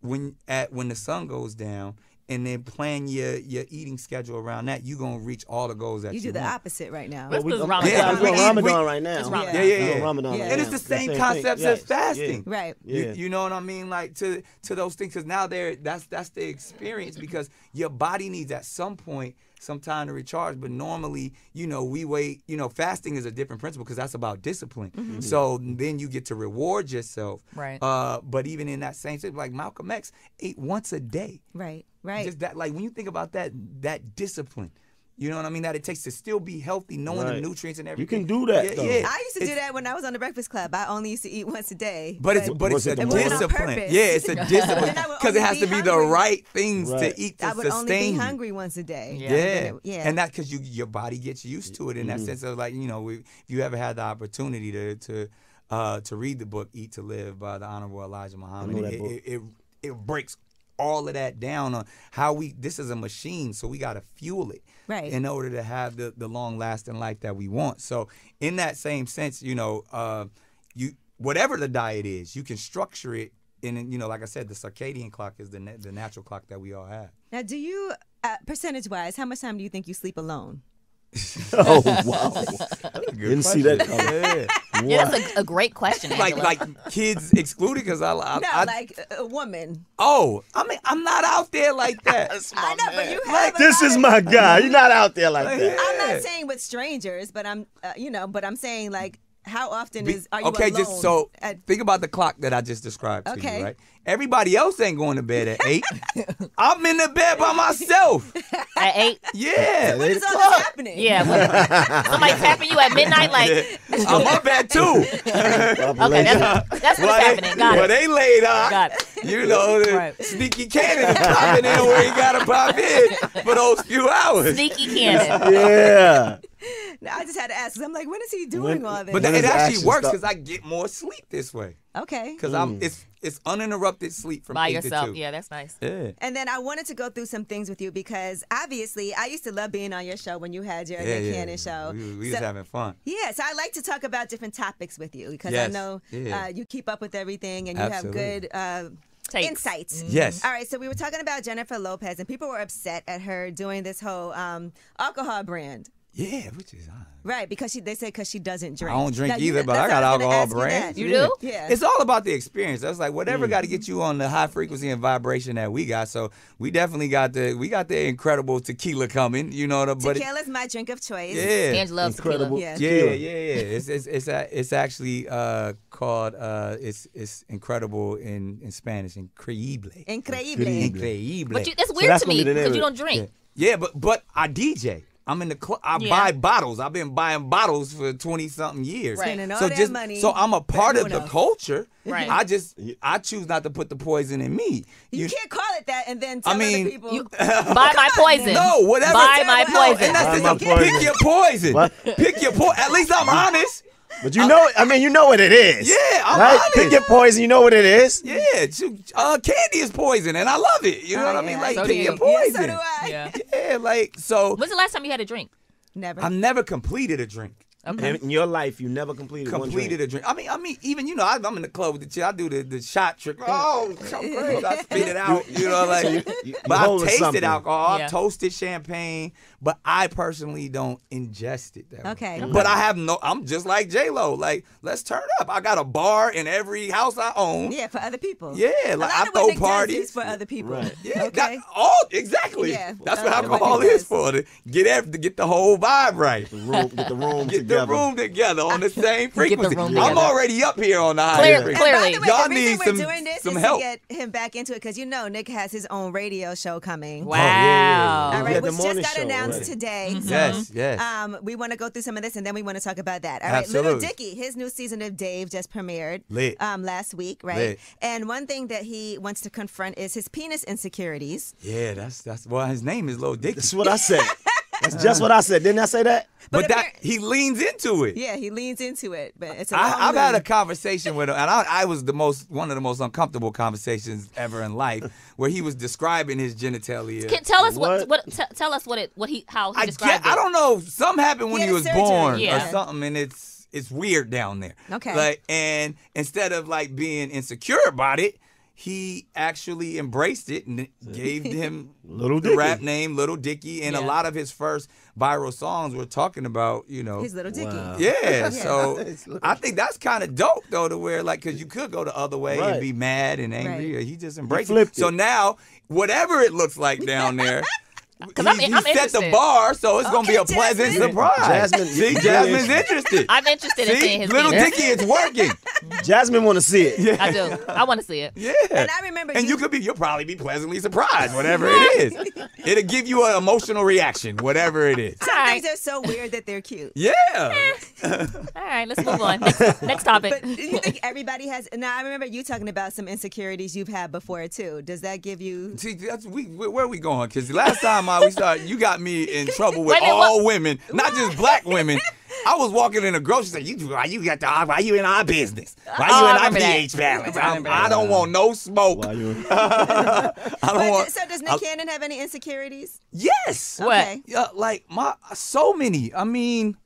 C: when at when the sun goes down. And then plan your, your eating schedule around that. You are gonna reach all the goals that you,
A: You do the
C: want.
A: opposite right now.
D: Let's
B: we,
D: do
B: I'm-
D: Ramadan.
B: yeah, we're
C: We-
B: on
C: we-
B: Ramadan right now.
D: It's Ramadan.
C: Yeah, yeah,
B: We're on
C: yeah.
B: Ramadan
A: Yeah.
B: right
C: And it's
B: now.
C: the same
B: thing.
C: concepts
B: Yeah.
C: as fasting.
A: Right.
C: You-
B: Yeah.
C: You, know what I mean? Like to to those things, because now they're that's that's the experience because your body needs at some point some time to recharge. But normally, you know, we wait. You know, fasting is a different principle because that's about discipline. So then you get to reward yourself.
D: Right.
C: Uh, but even in that same thing, like Malcolm X ate once a day.
A: Right. Right.
C: Just that, like when you think about that, that discipline. You know what I mean? That it takes to still be healthy, knowing the
B: Right.
C: nutrients and
B: You can
C: everything.
B: do that,
C: Yeah,
B: though.
C: yeah.
A: I used to do that when I was on the Breakfast Club. I only used to eat once a day.
C: But it's but it's
B: was
C: a
B: it the morning?
A: On
C: discipline.
A: purpose.
C: Yeah,
A: [LAUGHS]
C: it's a discipline
A: Then I would
C: because it
A: only
C: has to
A: be
C: be the
A: hungry.
C: right things
B: Right.
C: to eat to
A: I would only
C: sustain.
A: be
C: you.
A: hungry once a day.
D: Yeah.
C: Yeah,
A: Then it- yeah.
C: and that because you your body gets used to it in that sense of like you know we, if you ever had the opportunity to to uh, to read the book Eat to Live by the Honorable Elijah Muhammad,
B: that
C: it,
B: book.
C: it, it it breaks all of that down on how we this is a machine so we got to fuel it
A: Right.
C: in order to have the the long lasting life that we want. So in that same sense, you know, uh, you whatever the diet is, you can structure it. And you know, like I said, the circadian clock is the na- the natural clock that we all have.
A: Now, do you uh, percentage wise? How much time do you think you sleep alone?
B: [LAUGHS] Oh
C: [LAUGHS]
B: wow! Didn't see that coming. [LAUGHS]
C: Yeah.
D: Yeah, that's a, a great question.
C: like
D: Angela.
C: like kids excluded because I, I,
A: No,
C: I
A: like a- a woman.
C: oh I mean I'm not out there like that.
A: I know, but you have. a
B: This
A: lot
B: is
A: of-
B: my guy. You're not out there like
D: [LAUGHS]
B: that.
A: I'm
C: Yeah.
A: not saying with strangers, but I'm, uh, you know, but I'm saying like, how often
C: Be-
A: is are you
C: okay,
A: alone?
C: just so
A: at-
C: think about the clock that I just described to
A: Okay.
C: you, right? Everybody else ain't going to bed at eight. I'm in the bed by myself.
D: at eight.
C: Yeah,
A: what is all this happening?
C: [LAUGHS]
D: Yeah. when- somebody tapping you at midnight. Like
C: I'm up at two.
D: okay, that's, that's what's happening. Got
C: well,
D: it.
C: they laid out.
D: Got it.
C: You know, the
D: Right.
C: sneaky cannon popping in where he gotta pop in for those few hours.
D: Sneaky
C: [LAUGHS]
D: cannon. [LAUGHS]
B: Yeah.
A: No, I just had to ask. 'cause I'm like, when is he doing all this?
C: But
B: When
C: it
B: is
C: actually
B: action
C: works
B: stop?
C: because I get more sleep this way.
A: okay.
C: Cause I'm it's It's uninterrupted sleep from
D: by
C: eight
D: yourself.
C: to two.
D: Yeah, that's nice.
E: Yeah.
A: And then I wanted to go through some things with you because obviously I used to love being on your show when you had your
C: yeah,
A: Nick
C: yeah.
A: Cannon show.
C: We, we
A: So-
C: was having fun.
A: yeah, so I like to talk about different topics with you because I
C: Yes,
A: know
C: yeah.
A: uh, you keep up with everything and you have good
C: Absolutely.
A: uh,
D: Takes. Mm-hmm.
A: insights.
C: Yes.
A: All right, so we were talking about Jennifer Lopez and people were upset at her doing this whole um, alcohol brand.
C: Yeah, which is. Uh,
A: Right, because she they said because she doesn't drink.
C: I don't drink
A: Now, you-
C: either, but I
A: that's
C: got
A: what was gonna
C: alcohol
A: ask
C: brands.
A: You,
D: You
A: that.
D: do?
A: Yeah.
C: It's all about the experience. That's like whatever got to get you on the high frequency and vibration that we got. So we definitely got the we got the incredible tequila coming. You know the but it-
A: Tequila's my drink of choice.
C: yeah.
D: Angela loves tequila.
B: Incredible.
A: Yeah.
C: Yeah, yeah,
B: tequila.
C: yeah. It's it's it's, a, it's actually uh, called uh, it's it's incredible in, in Spanish, increíble.
A: Increíble.
C: Increíble.
D: But you, that's weird
E: that's
D: to
E: gonna
D: me
E: be the name
D: because
E: of
D: you
E: it.
D: don't drink.
C: Yeah, but but I DJ. I'm in the club. I
D: Yeah.
C: buy bottles. I've been buying bottles for twenty something years.
D: Right.
A: Spending all
C: so
A: that
C: just
A: money
C: so I'm a part of
A: on
C: the
A: us.
C: culture.
D: Right.
C: I just I choose not to put the poison in me.
A: You, can't call it that and then tell
C: I mean,
A: other people. [LAUGHS]
D: You, buy my poison.
C: No, whatever.
D: Buy
A: Tell
D: my
A: them-
D: poison.
C: And that's
E: Buy
C: the,
E: my
C: pick your poison.
E: What?
C: Pick your poison. At least I'm honest.
E: But you know, I mean, you know what it is.
C: Yeah, I'm
E: right?
C: honest.
E: Pick your poison. You know what it is.
C: Yeah, shoot, uh, candy is poison, and I love it. You know
A: Oh,
C: what I
A: yeah,
C: mean? Like
D: so do
C: pick your
D: you.
A: [LAUGHS] Yeah, so
C: poison.
A: do I.
D: Yeah.
C: Yeah, like so.
D: When's the last time you had a drink?
A: [LAUGHS] Never.
C: I've never completed a drink.
B: And In your life, you never completed, one
C: completed
B: drink.
C: a drink. I mean, I mean, even you know, I, I'm in the club with the chick. I do the, the shot trick. Oh, I'm crazy. I spit it out. You know, like.
E: you
C: but I've
E: holding
C: tasted
E: something.
C: alcohol.
D: Yeah.
C: I've toasted champagne, but I personally don't ingest it. That way.
A: Okay.
C: But I have no. I'm just like J Lo. Like, let's turn up. I got a bar in every house I own.
A: yeah, for other people.
C: Yeah,
A: A lot
C: like, I
A: of what
C: throw
A: Nick does
C: parties.
A: is for other people.
B: Right.
C: Yeah,
A: Okay.
C: that, all exactly.
A: Yeah, that's
C: That's what
A: what
C: alcohol
A: it
C: is
A: is.
C: for to get ev- to get the whole vibe right.
B: Room, [LAUGHS] get the room
C: Get
B: together.
C: the room together on the same
D: the
C: frequency.
D: room
C: I'm
D: together.
C: already up here on the high
D: Clear-
C: frequency.
A: And by
D: Clearly.
A: the way,
C: Y'all
A: the
C: need
A: reason
C: some
A: we're doing this
C: some
A: is
C: help.
A: to get him back into it because you know Nick has his own radio show coming.
D: Wow. Mm-hmm.
B: yeah,
A: All
B: yeah.
A: right,
B: Yeah, the
A: which just
B: morning
A: got
B: show,
A: announced
B: right.
A: today. So,
C: Yes, yes.
A: Um, we want to go through some of this, and then we want to talk about that. All right, Little
C: Absolutely.
A: Dicky, his new season of Dave just premiered
C: Lit.
A: Um, last week, right?
C: Lit.
A: And one thing that he wants to confront is his penis insecurities.
C: yeah, that's that's well. His name is Lil Dicky,
B: That's what I said. [LAUGHS] That's just what I said. Didn't I say that?
C: but that
A: apparent-
C: he leans into it.
A: Yeah, he leans into it, but it's. A long
C: I, I've had a
A: movie.
C: conversation with him, and I, I was the most one of the most uncomfortable conversations ever
A: [LAUGHS]
C: in life, where he was describing his genitalia.
D: Can, tell us what,
B: What?
D: what t- tell us what it what he how he
C: I
D: described
C: get- I
D: it.
C: don't know. Something happened when
A: He had
C: he, was
A: surgery.
C: born
D: Yeah.
C: or something, and it's it's weird down there.
A: Okay.
C: Like and instead of like being insecure about it, he actually embraced it and it gave him
B: Little
C: the
B: Dicky.
C: rap name Little Dicky, and a
D: Yeah.
C: lot of his first viral songs were talking about you know.
A: His little dicky.
C: yeah, so I think that's kind of dope though, to where like, cause you could go the other way
B: Right.
C: and be mad and angry.
A: Right.
C: Or he just embraced
B: flipped
C: it. So
B: it.
C: now, whatever it looks like down there, he,
D: I'm-
C: he
D: I'm
C: set the
D: interested.
C: bar, so it's gonna be a
A: Okay,
C: pleasant
A: Jasmine.
C: surprise.
B: Jasmine-
C: See,
B: yeah.
C: Jasmine's interested.
D: I'm interested in seeing
C: See,
D: his
C: little
D: penis.
C: Dicky, it's working.
B: [LAUGHS] Jasmine want to see it.
D: I do. I want to see it.
C: Yeah.
A: And I remember
C: And
A: you-
C: you could be, you'll probably be pleasantly surprised, whatever it is. It'll give you an emotional reaction, whatever it is.
A: [LAUGHS] Some
D: Sorry.
A: things are so weird that they're cute.
C: [LAUGHS] Yeah.
D: All right, let's move on. Next, next topic.
A: But do you think everybody has? Now, I remember you talking about some insecurities you've had before too. Does that give you?
C: See, that's we. Where, where we going? Because the last time I we started, you got me in trouble with
D: Wait a minute,
C: all
D: what-
C: women, not just black women. I was walking in a grocery store. You, why you got the? Why you in our business? Why
D: Oh,
C: you
D: I
C: in our
D: remember that.
C: pH balance?
D: I
C: I,
D: remember
C: I don't want no smoke.
B: Why
C: I [LAUGHS]
B: you-
C: don't
A: But,
C: want.
A: so does Nick
C: I-
A: Cannon have any insecurities?
C: Yes.
D: What?
A: Okay.
C: Yeah, like my so many. I mean,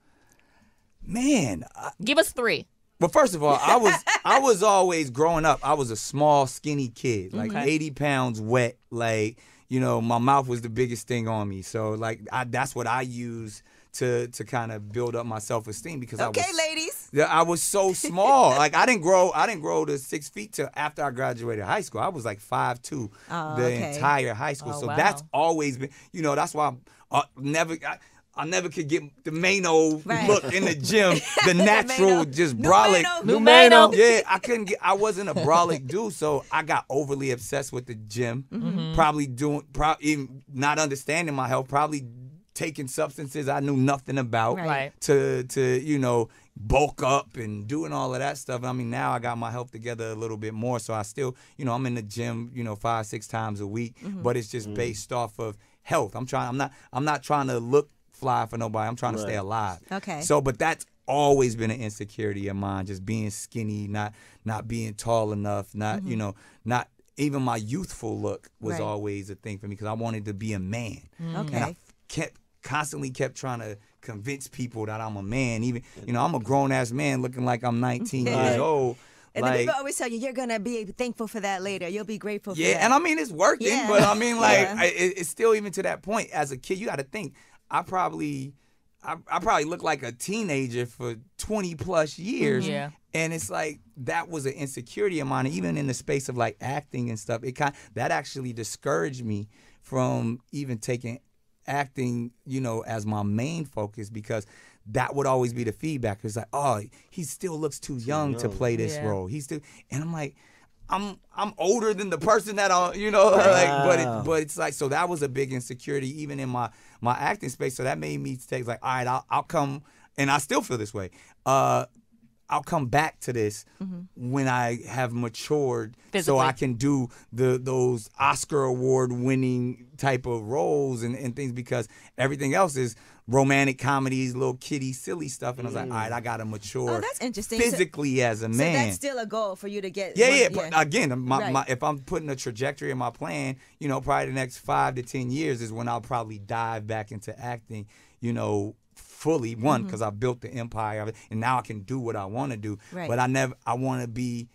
C: man. I,
D: Give us three.
C: well, first of all, I was I was always growing up. I was a small, skinny kid, like eighty pounds wet. Like you know, my mouth was the biggest thing on me. So like I, that's what I used to to kind of build up my self esteem because I was
A: Okay, ladies.
C: yeah, I was so small. like I didn't grow. I didn't grow to six feet till after I graduated high school. I was like five two
A: Oh,
C: the
A: okay.
C: entire high school.
D: Oh,
C: so
D: wow.
C: that's always been. You know, that's why I'm uh, never. I, I never could get the Mano
A: Right.
C: look in the gym, the natural,
A: Numano.
C: just brolic.
A: Numano.
D: Numano.
C: Yeah, I couldn't get. I wasn't a brolic dude, so I got overly obsessed with the gym. Probably doing, probably not understanding my health. Probably taking substances I knew nothing about
A: Right.
D: Right.
C: to to you know bulk up and doing all of that stuff. I mean, now I got my health together a little bit more, so I still you know I'm in the gym you know five six times a week, but it's just based off of health. I'm trying. I'm not. I'm not trying to look fly for nobody. I'm trying to stay alive.
A: Okay.
C: So, but that's always been an insecurity of mine, just being skinny, not not being tall enough, not you know, not even my youthful look was
A: Mm-hmm. Right. Mm-hmm.
C: always a thing for me because I wanted to be a man, and I
A: Okay.
C: kept constantly kept trying to convince people that I'm a man. Even you know, I'm a grown ass man looking like I'm 19 years
A: Right.
C: old.
A: And then
C: like,
A: people always tell you, you're going to be thankful for that later. You'll be grateful for
C: yeah,
A: that.
C: and I mean it's working,
A: Yeah.
C: but
A: [LAUGHS]
C: I mean like
A: Yeah.
C: I, it, it's still even to that point. As a kid, you got to think. I probably, I, I probably looked like a teenager for twenty plus
A: Mm-hmm.
C: years.
D: Yeah.
C: And it's like that was an insecurity of mine, even in the space of like acting and stuff. It kind that actually discouraged me from even taking acting, you know, as my main focus because that would always be the feedback. It's like, oh, he still looks too young, to play this
D: Yeah.
C: role. He's still, and I'm like, I'm I'm older than the person that I, you know, [LAUGHS] like, but it, but it's like, so that was a big insecurity even in my my acting space. So that made me take like, all right, I'll, I'll come, and I still feel this way. Uh, I'll come back to this
A: Mm-hmm.
C: when I have matured, so I
D: Physically.
C: can do the those Oscar award winning type of roles and, and things because everything else is romantic comedies, little kitty silly stuff. And I was like, all right, I gotta mature.
A: Mm. Oh, that's interesting. So-
C: Physically as a
A: so
C: man,
A: that's still a goal for you to get.
C: yeah,
A: one-
C: yeah. But again, my,
A: Right.
C: my, if I'm putting a trajectory in my plan, you know, probably the next five to ten years is when I'll probably dive back into acting. You know, fully one
D: Mm-hmm.
C: because I built the empire of it, and now I can do what I want to do.
A: Right.
C: But I never, I want to be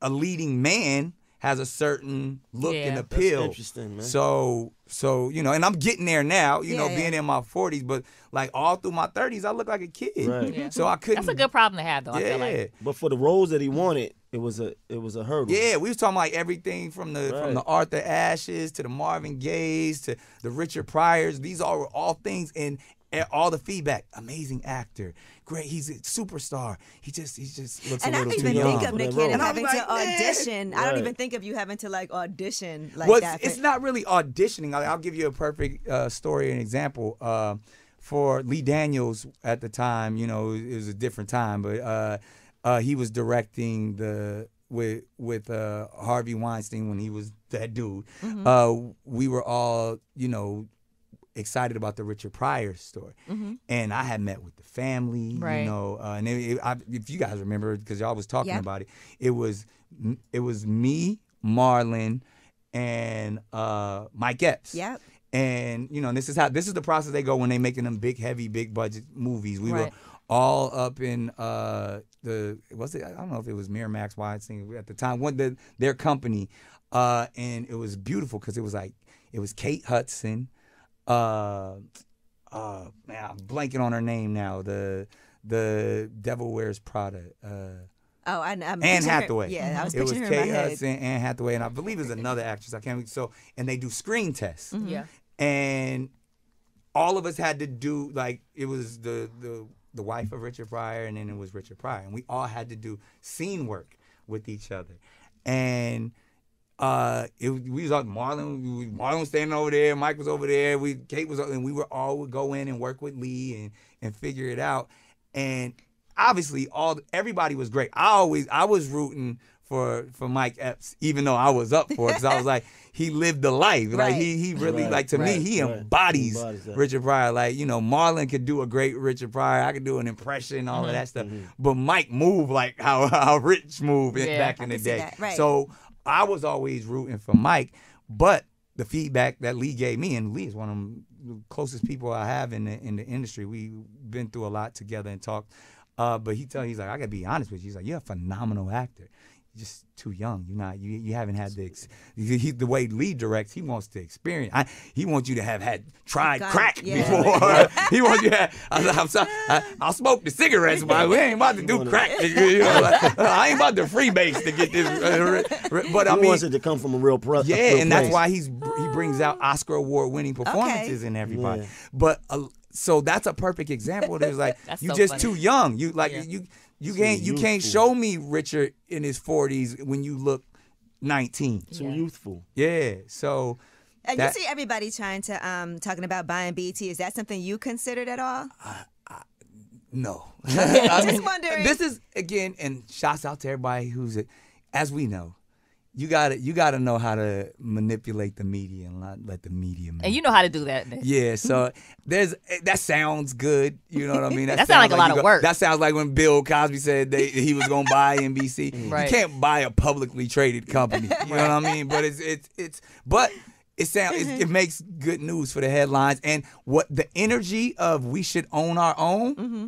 C: a leading man. Has a certain look and
D: Yeah.
C: appeal.
B: interesting, man.
C: So, so you know, and I'm getting there now. You know,
A: Yeah, yeah.
C: being in my 40s, but like all through my 30s, I look like a kid.
B: Right.
D: Yeah.
C: So I couldn't.
D: That's a good problem to have, though. I
C: Yeah.
D: feel like.
B: But for the roles that he wanted, it was a it was a hurdle.
C: Yeah, we was talking like everything from the from
B: Right.
C: the Arthur Ashes to the Marvin Gayes to the Richard Pryors. These all were all things and and all the feedback. Amazing actor, great. He's a superstar. He just he just looks
A: And
C: a
A: I
C: little
A: don't
C: too
A: even
C: young.
A: think of
B: for that
A: Nick
B: role.
A: Cannon
B: And I'm
A: having to
C: like, man.
A: audition. I don't
B: Right.
A: even think of you having to like audition like
C: Well,
A: that.
C: it's- it's not really auditioning. Like, I'll give you a perfect uh, story and example. Uh, for Lee Daniels at the time, you know, it was a different time, but uh, uh, he was directing the with with uh, Harvey Weinstein when he was that dude.
A: Mm-hmm.
C: Uh, we were all, you know, excited about the Richard Pryor story,
A: Mm-hmm.
C: and I had met with the family,
D: Right.
C: you know, uh, and it, it, I, if you guys remember, because y'all was talking
A: Yeah.
C: about it, it was it was me, Marlon, and uh, Mike Epps.
A: Yep.
C: And you know, this is how this is the process they go when they making them big, heavy, big budget movies. We were
D: Right.
C: all up in uh, the was it? I don't know if it was Miramax Weinstein at the time. One the, their company, uh, and it was beautiful because it was like it was Kate Hudson. Uh, uh, man, I'm blanking on her name now. The the Devil Wears Prada. Uh,
A: Oh, I, I'm
C: Anne
A: picturing her-
C: Hathaway.
A: yeah, I was
C: it was
A: picturing her in
C: Kate
A: my head.
C: Hudson, Anne Hathaway, and I believe it was another actress. I can't. So, and they do screen tests,
A: Mm-hmm.
D: Yeah.
C: and all of us had to do like it was the the the wife of Richard Pryor, and then it was Richard Pryor, and we all had to do scene work with each other, and. Uh, it, we was like Marlon. we- Marlon was standing over there. Mike was over there. We Kate was, and we were all would go in and work with Lee and and figure it out. And obviously, all everybody was great. I always I was rooting for for Mike Epps, even though I was up for it because I was like he lived the life. Like
A: Right.
C: he he really
B: Right,
C: like to
A: right,
C: me he
B: right.
C: embodies,
B: Embodies that.
C: Richard Pryor. Like you know Marlon could do a great Richard Pryor. I could do an impression, all of that stuff. But Mike moved like how [LAUGHS] how Rich moved in-
D: Yeah.
C: back
A: I
C: in the
A: can see
C: day.
A: that, right.
C: So so I was always rooting for Mike, but the feedback that Lee gave me, and Lee is one of the closest people I have in the in the industry. We've been through a lot together and talked. Uh, but he tell he's like, I gotta be honest with you. He's like, you're a phenomenal actor. You're just too young. You're not. You, you haven't had the ex- he, he- the way Lee directs. He wants to experience. I, he wants you to have had tried
A: Got it.
C: crack
A: Yeah.
C: before. he wants you. To have, I, I'm sorry. I, I'll smoke the cigarettes, but we ain't about to do crack. nigga. You know, like, I ain't about to freebase to get this. uh, r- r- but I
B: He
C: mean,
B: wants it to come from a real pro- a
C: yeah,
B: real
C: and that's
B: place.
C: why he's he brings out Oscar award winning performances in everybody.
B: Yeah.
C: But uh, so that's a perfect example. There's like
D: [LAUGHS] That's
C: you
D: so
C: just
D: funny.
C: too young. You like
D: Yeah.
C: you you can't you can't
B: youthful.
C: show me Richard in his 40s when you look 19.
B: too youthful.
C: Yeah, so
A: And
C: that-
A: you see everybody trying to um talking about buying BT. Is that something you considered at all?
D: [LAUGHS]
C: no. [LAUGHS]
A: Just wondering.
C: This is again, and shouts out to everybody who's it. As we know, you got to you got to know how to manipulate the media and not let the media.
D: And you know how to do that. Nick.
C: Yeah, so there's eh, that sounds good. You know what I
D: [LAUGHS]
C: mean?
D: That sound like a lot
C: you
D: of work.
C: That sounds like when Bill Cosby said they, he was gonna buy
D: [LAUGHS]
C: NBC.
D: Right.
C: You can't buy a publicly traded company. You know what I mean? But it's it's it's but it sounds it, it makes good news for the headlines and what the energy of we should own our own.
D: Mm-hmm.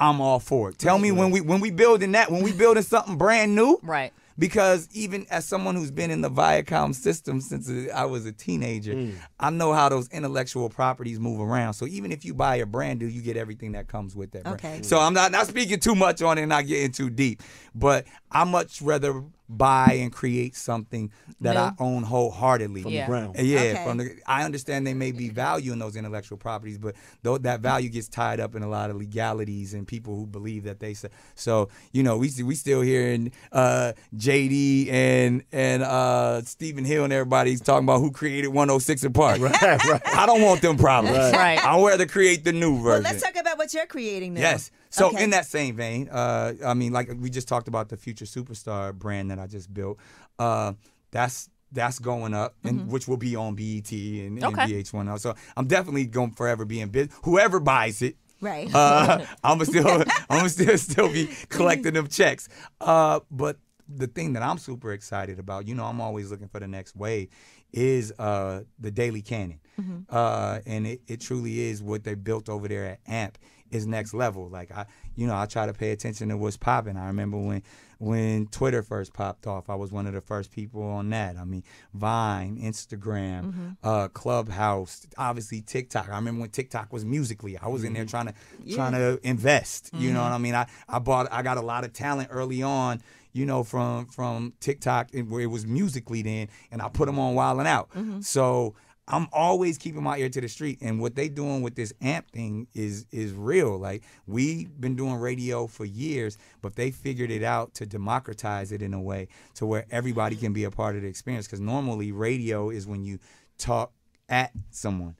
C: I'm all for it. Tell me when we when we building that when we building something brand new.
D: Right.
C: Because even as someone who's been in the Viacom system since I was a teenager, I know how those intellectual properties move around. So even if you buy a brand new, you get everything that comes with that. Brand.
A: Okay.
C: So I'm not not speaking too much on it, and not getting too deep, but I much rather buy and create something that I own wholeheartedly.
D: the Yeah.
B: ground.
C: Yeah,
A: Okay.
C: from the, I understand they may be value in those intellectual properties, but though that value gets tied up in a lot of legalities and people who believe that they say. So you know, we see- we still hearing uh, JD and and uh, Stephen Hill and everybody's talking about who created 106 and Park.
B: Right, right.
C: I don't want them problems.
D: Right.
C: I'd rather create the new version.
A: Well, let's talk about what you're creating now.
C: Yes. So
A: Okay.
C: in that same vein, uh, I mean, like we just talked about the future superstar brand that I just built. Uh, that's that's going up, and
A: Mm-hmm.
C: which will be on BET and,
D: Okay.
C: and VH1. oh. So I'm definitely going to forever be in business. Whoever buys it,
A: Right.
C: uh, I'm still [LAUGHS] I'm still still be collecting them checks. Uh, but the thing that I'm super excited about, you know, I'm always looking for the next wave, is uh, the Daily Cannon, uh, and it, it truly is what they built over there at AMP is next level. Like I, you know, I try to pay attention to what's popping. I remember when when Twitter first popped off, I was one of the first people on that. I mean, Vine, Instagram, uh, Clubhouse, obviously TikTok. I remember when TikTok was musically. I was in there trying to trying to invest. You know what I mean? I, I bought I got a lot of talent early on. You know, from from TikTok and where it was musically then, and I put them on Wild and Out. So I'm always keeping my ear to the street, and what they doing with this amp thing is is real. Like we've been doing radio for years, but they figured it out to democratize it in a way to where everybody can be a part of the experience. Because normally radio is when you talk at someone.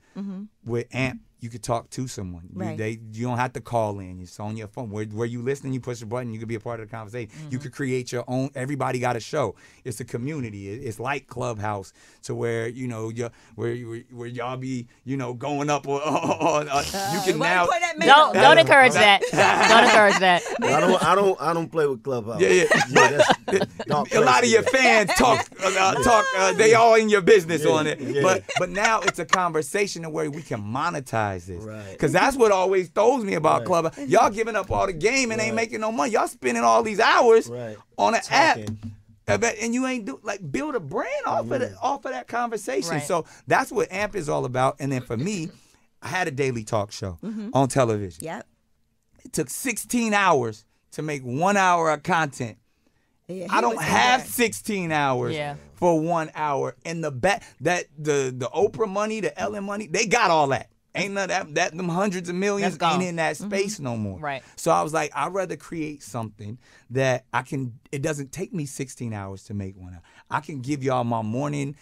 C: With amp, you could talk to someone. You-
A: Right.
C: they you don't have to call in. It's on your phone. Where where you listening, you push a button. You could be a part of the conversation. You could create your own. Everybody got a show. It's a community. It- It's like Clubhouse, to where you know you where you- where y'all be you know going up on. [LAUGHS] on, on- you can
A: Why
C: now.
A: point at me?
D: Don't don't encourage that. Don't encourage that.
B: I don't, I don't, I don't play with Clubhouse.
C: Yeah, yeah. [LAUGHS]
B: [LAUGHS] that's dark
C: a lot of
B: place,
C: your
B: yeah.
C: fans talk uh, talk uh, they all in your business on it
B: yeah.
C: but but now it's a conversation of where we can monetize this
B: Right.
C: because that's what always throws me about club y'all giving up all the game and ain't making no money y'all spending all these hours
B: Right.
C: on an
B: Talking.
C: app I bet- and you ain't do like build a brand off of
B: Mm-hmm.
C: that off of that conversation
D: Right.
C: so that's what amp is all about and then for me i had a daily talk show on television
A: Yep.
C: it took 16 hours to make one hour of content
A: Yeah,
C: I
A: he
C: don't
A: was in
C: have
A: there.
C: 16 hours
D: Yeah.
C: for one hour. And the bet that the the Oprah money, the Ellen money, they got all that. Ain't none of that, that them hundreds of millions
D: That's gone.
C: ain't in that
A: Mm-hmm.
C: space no more.
D: Right.
C: So I was like, I'd rather create something that I can. It doesn't take me 16 hours to make one. I can give y'all my morning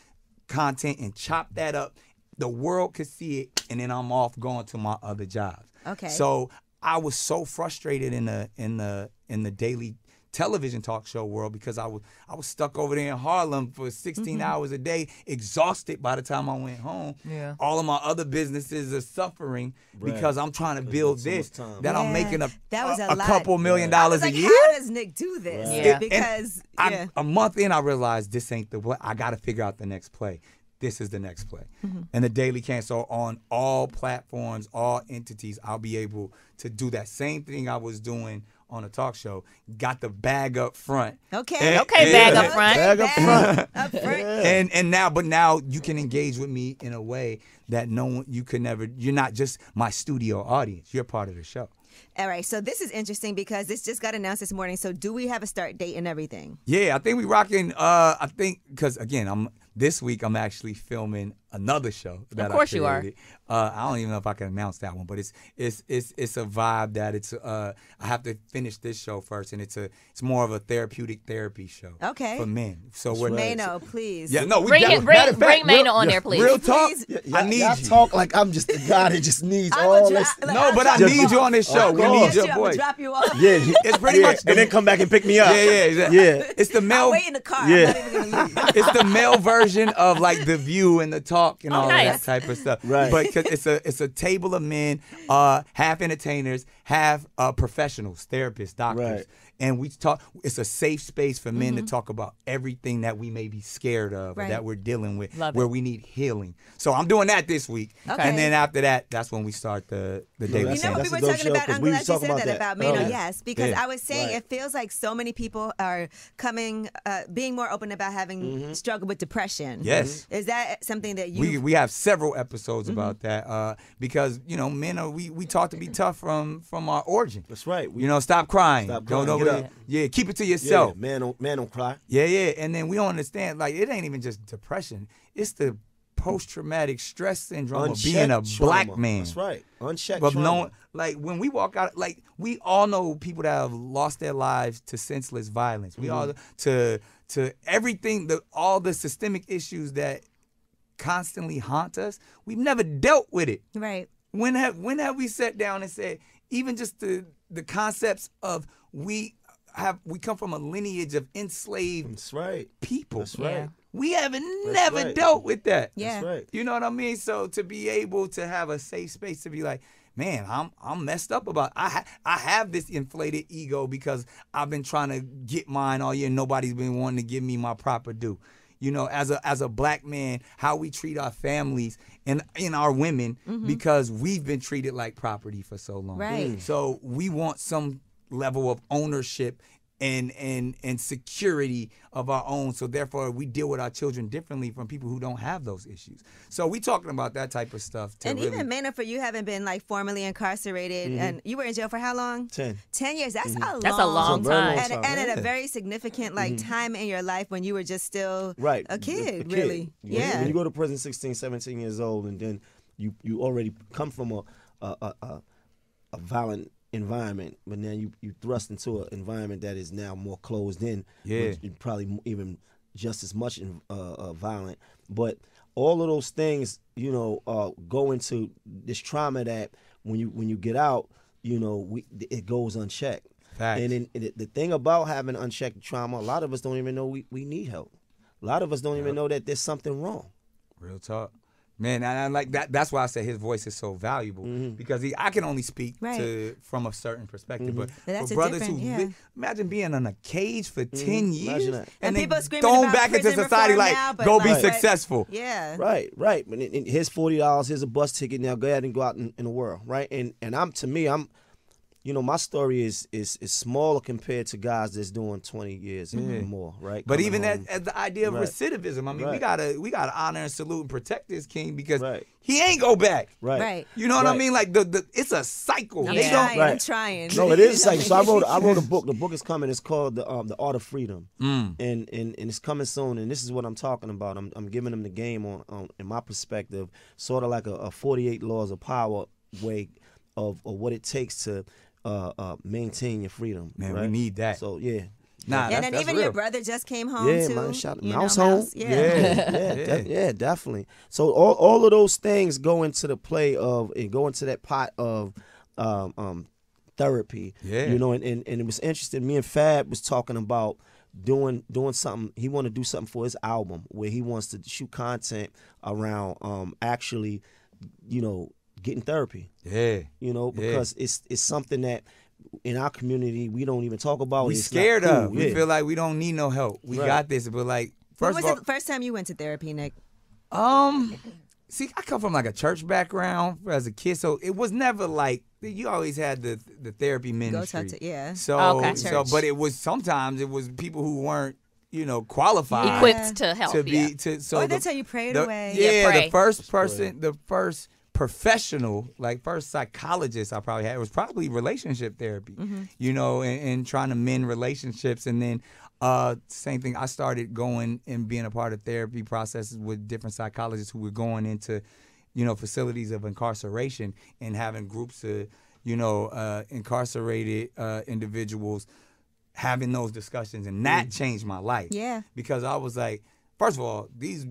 C: content and chop that up. The world could see it, and then I'm off going to my other jobs.
A: Okay.
C: So so I was so frustrated in the in the in the daily television talk show world because I was I was stuck over there in Harlem for
A: Mm-hmm.
C: 16 hours a day, exhausted by the time I went home.
D: Yeah.
C: All of my other businesses are suffering because I'm trying to build
B: so much
C: this
B: time.
C: that I'm
A: Yeah,
C: making a,
A: that was a
C: a,
A: lot.
C: couple million
A: I
C: dollars
A: was like,
C: a year.
A: how does Nick do this?
D: Right. Yeah.
A: Because
C: I,
A: yeah.
C: a month in, I realized this ain't the what. I got to figure out the next play. This is the next play.
D: Mm-hmm.
C: And the Daily Can. So on all platforms, all entities, I'll be able to do that same thing I was doing on a talk show. Got the bag up front.
A: Okay.
C: And-
D: Okay,
C: and-
D: bag up front.
B: Bag up front.
A: Up
C: [LAUGHS]
A: front.
C: and and now but now you can engage with me in a way that no one you could never you're not just my studio audience you're part of the show
A: All right. So this is interesting because this just got announced this morning. So do we have a start date and everything?
C: Yeah, I think we rocking. Uh, I think because again, I'm this week. I'm actually filming another show. That I
D: course you are.
C: created. Uh, I don't even know if I can announce that one, but it's it's it's it's a vibe that it's. Uh, I have to finish this show first, and it's a it's more of a therapeutic therapy show.
A: Okay.
C: For men, so we're
A: Mano, please.
C: Yeah, no, we
D: Bring
C: got-
D: it- bring-
C: matter of fact,
D: bring Mano
C: real-
D: on
C: yeah,
D: there, please.
C: Real talk.
A: Please.
C: I need
B: y'all
C: you.
B: talk like I'm just the guy that just
A: [LAUGHS]
B: needs
A: I
B: all
A: would dro-
B: this. [LAUGHS]
A: I- like,
C: No, but I
A: drop
C: need you on this show. We
A: I'll
C: need
A: get
C: your
A: you, I'ma
C: voice.
A: drop you off.
E: Yeah, he-
C: It's pretty
E: yeah,
C: much the-
E: and then come back and pick me up.
C: Yeah, yeah,
D: [LAUGHS]
C: exactly.
E: Yeah.
C: It's the male.
A: I'll wait in the car.
E: Yeah.
A: I'm not even gonna leave.
C: [LAUGHS] it's the male version of like the view and the talk and
D: Oh,
C: all
D: nice.
C: of that type of stuff.
B: Right.
C: But 'cause it's a it's a table of men, uh, half entertainers, half uh, professionals, therapists, doctors.
B: Right.
C: And we talk it's a safe space for men to talk about everything that we may be scared of
A: Mm-hmm. Right.
C: or that we're dealing with
D: Love
C: where
D: it.
C: we need healing. So I'm doing that this week.
A: Okay.
C: And then after that, that's when we start the the daily
A: You know
C: session.
A: what
B: That's
A: we were
B: a dope
A: talking
B: show,
A: about?
B: 'cause
A: I'm
B: we
A: glad
B: was
A: you
B: talking
A: said that
B: about that Oh,
A: about Mano.
B: earlier.
A: Yes, because
C: Yeah.
A: I was saying it feels like so many people are coming, uh, being more open about having
B: Mm-hmm.
A: struggled with depression.
C: Yes.
A: Is that something that you? Mm-hmm.
C: we we have several episodes about that uh, because you know men are we, we
A: [CLEARS THROAT]
C: taught to be tough from from our origin.
B: That's right. We-
C: you know, stop crying.
B: Stop
C: Don't
B: crying.
C: over
B: Get
C: it.
B: up.
C: Yeah, keep it to
B: Yeah,
C: yourself. Yeah,
B: man, don't, man, don't cry.
C: yeah, And then we don't understand. Like it ain't even just depression. It's the post traumatic stress syndrome of being a
B: Unchecked
C: black
B: trauma.
C: man.
B: That's right. Unchecked.
C: But
B: trauma.
C: knowing, like, when we walk out, like, we all know people that have lost their lives to senseless violence. We all
B: Mm-hmm.
C: to to everything, the all the systemic issues that constantly haunt us. We've never dealt with it.
A: right.
C: When have when have we sat down and said even just the the concepts of we have we come from a lineage of enslaved
B: That's right.
C: people.
B: That's right.
D: Yeah.
C: We haven't never
B: right.
C: dealt with that.
A: Yeah.
B: That's right.
C: You know what I mean? So to be able to have a safe space to be like, man, I'm I'm messed up about I ha- I have this inflated ego because I've been trying to get mine all year. Nobody's been wanting to give me my proper due. You know, as a as a black man, how we treat our families and and our women because we've been treated like property for so long.
A: Right.
C: So we want some level of ownership and and and security of our own. So therefore, we deal with our children differently from people who don't have those issues. So we talking about that type of stuff. To
A: And
C: really,
A: even Mano, for you haven't been like formally incarcerated, and you were in jail for how long?
B: Mm-hmm. Ten. Mm-hmm.
A: Ten years. That's a long.
D: That's a long
B: very long
D: time.
A: And,
B: time. Mm-hmm.
A: and at a
C: Yeah.
A: very significant like time in your life when you were just still
B: right
A: a kid,
B: a
A: really.
B: When you-
A: Yeah.
B: when you go to prison 16 17 years old and then you you already come from a a a, a, a violent environment but now you you thrust into an environment that is now more closed in
C: Yeah.
B: which is probably m- even just as much in, uh, uh, violent but all of those things you know uh, go into this trauma that when you when you get out you know we it goes unchecked
C: Facts.
B: and then the- the thing about having unchecked trauma, a lot of us don't even know we, we need help. A lot of us don't even know that there's something wrong.
C: real talk. Man, and I like that. That's why I say his voice is so valuable
B: Mm-hmm.
C: because he, I can only speak
A: Right.
C: to from a certain perspective. But,
A: But that's
C: for
A: a
C: brothers who
A: different- yeah.
C: li- imagine being in a cage for ten
B: Mm-hmm.
C: years
B: Imagine that.
A: And
C: then
A: people screaming
C: thrown
A: about
C: back into
A: prison
C: society
A: reform
C: like
A: now, but
C: go
A: like-
C: be
A: Right.
C: successful.
A: yeah.
B: Right, right. And, and and here's forty dollars. Here's a bus ticket. Now go ahead and go out in, in the world, right? And and I'm to me, I'm, you know, my story is is is smaller compared to guys that's doing twenty years and more, right?
C: But
B: Coming
C: even
B: home.
C: at, at the idea of
B: Right.
C: recidivism, I mean, we
B: Right.
C: gotta we gotta honor and salute and protect this king because
B: Right.
C: he ain't go back.
B: right,
A: Right.
C: You know what I
B: Right.
C: mean? Like the, the it's a cycle.
D: I'm
C: They
A: Trying,
C: don't
D: trying.
A: I'm
B: Right.
A: trying.
B: No,
A: [LAUGHS]
B: it is like so. I wrote I wrote a book. The book is coming. It's called the um, the Art of Freedom,
C: Mm.
B: and, and and it's coming soon. And this is what I'm talking about. I'm, I'm giving them the game on, on in my perspective, sort of like a, a 48 laws of power way of, of what it takes to uh, uh, maintain your freedom.
C: Man, we
B: right?
C: need that.
B: So yeah,
C: nah,
A: and
C: that's,
A: then
C: that's
A: even
C: real.
A: your brother just came home
B: yeah,
A: too.
B: man, shout
A: you know,
B: mouse home.
C: [LAUGHS]
A: Yeah.
B: yeah, def- yeah, definitely. So all, all of those things go into the play of and go into that pot of um, um, therapy.
C: Yeah.
B: you know, and, and and it was interesting. Me and Fab was talking about doing doing something. He want to do something for his album where he wants to shoot content around um, actually, you know, getting therapy
C: yeah.
B: you know,
C: Yeah.
B: because it's it's something that in our community we don't even talk about.
C: We
B: It's not
C: scared
B: cool,
C: of. We
B: yeah.
C: feel like we don't need no help. We
B: Right.
C: got this. But like
A: When
C: first
A: was
C: of all,
A: the first time you went to therapy, Nick?
C: Um, see, I come from like a church background as a kid, so it was never like you always had the the therapy ministry.
A: to- yeah.
C: So,
D: Okay.
C: so
D: Church.
C: but it was sometimes it was people who weren't you know qualified
D: Equipped to help.
C: to be
D: yeah.
C: to so
A: Or
C: the-
A: that's how you prayed
C: the-
A: away.
C: Yeah,
D: Yeah, pray.
C: the first person, the first professional, like first psychologist I probably had was probably relationship therapy,
D: Mm-hmm.
C: you know, and, and trying to mend relationships. And then uh, same thing, I started going and being a part of therapy processes with different psychologists who were going into, you know, facilities of incarceration and having groups of, you know, uh, incarcerated uh, individuals having those discussions. And
D: Mm.
C: that changed my life.
A: Yeah.
C: Because I was like, first of all, these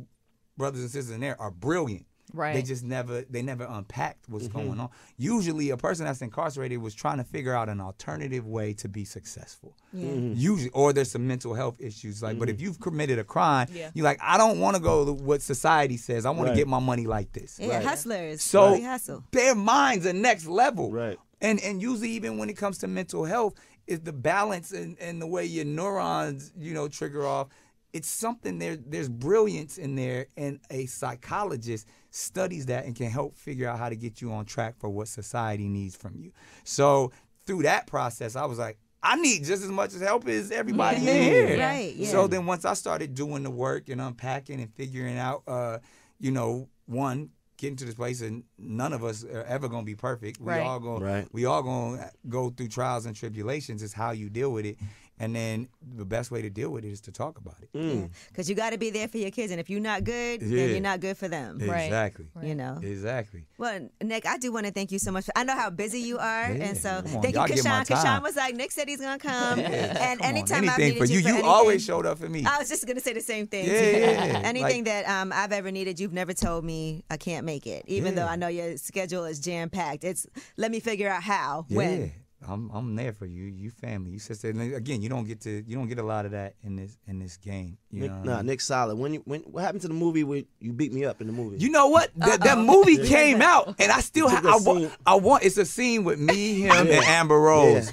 C: brothers and sisters in there are brilliant. They
D: Right.
C: just never they never unpacked what's going on. Usually a person that's incarcerated was trying to figure out an alternative way to be successful. Usually or there's some mental health issues like but if you've committed a crime,
D: Yeah.
C: you're like I don't want to go to what society says. I want
B: Right.
C: to get my money like this.
A: Yeah, hustlers.
C: So
A: we hustle.
C: their minds are next level.
B: Right.
C: And and usually even when it comes to mental health, is the balance and, and the way your neurons, you know, trigger off. It's something there there's brilliance in there and a psychologist studies that and can help figure out how to get you on track for what society needs from you. So through that process I was like, I need just as much help as everybody in here.
A: Right, yeah.
C: So then once I started doing the work and unpacking and figuring out, uh, you know, one getting to this place, and none of us are ever gonna be perfect. We
D: Right.
C: all gonna
B: Right.
C: we all gonna go through trials and tribulations. Is how you deal with it, and then the best way to deal with it is to talk about it.
B: Mm.
A: Because you got to be there for your kids, and if you're not good,
C: Hmm. Yeah.
A: then you're not good for them.
D: Right.
C: Exactly.
A: You know.
C: Exactly.
A: Well, Nick, I do want to thank you so much. For, I know how busy you are,
C: Yeah,
A: and so
C: come on,
A: thank you,
C: y'all get my
A: Kashawn. Kashawn
C: time.
A: was like, Nick said he's gonna come, and
C: Come on,
A: anytime I've
C: anything
A: needed
C: for you, you
A: anything-
C: always showed up for me.
A: I was just gonna say the same thing.
C: Yeah,
A: too.
C: yeah, yeah.
A: Anything
C: Like-
A: that um, I've ever needed, you've never told me I can't make it, even
C: Yeah.
A: though I know your schedule is jam packed. It's let me figure out how,
C: yeah.
A: when.
C: I'm I'm there for you. You family. You sister. And again, you don't get to you don't get a lot of that in this in this game. You
B: Nick,
C: know what I
B: nah,
C: mean?
B: Nick Solid. When you, when what happened to the movie where you beat me up in the movie?
C: You know what? That, that movie came out, and I still ha-
B: took a
C: I want
B: scene.
C: I want it's a scene with me, him, and Amber Rose.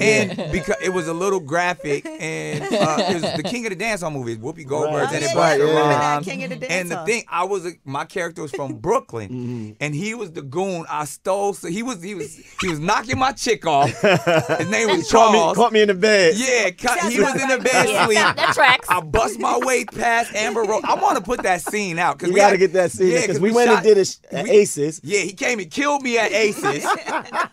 C: And because it was a little graphic,
B: [LAUGHS]
C: and uh, it was the King of the Dance Hall movie, Whoopi Goldberg,
B: Right.
C: and
B: Oh,
C: it
B: yeah, yeah,
C: brought
B: I remember that,
A: King of the Dance
C: And the
A: Hall.
C: thing, I was a, my character was from
B: [LAUGHS]
C: Brooklyn,
B: Mm-hmm.
C: and he was the goon I stole. So he was he was he was knocking my
B: [LAUGHS]
C: chick off. His name was
E: Caught me,
C: Charles.
E: caught me in the bed.
C: Yeah, ca-
A: Sounds
C: he was in
A: about right.
C: the bed
D: Yeah,
C: sleep.
D: that- that tracks.
C: I bust my way past Amber Rose. I want to put that scene out because
E: You gotta get that scene because we, went and did it at Aces.
C: Yeah, he came and killed me at
D: [LAUGHS]
C: Aces.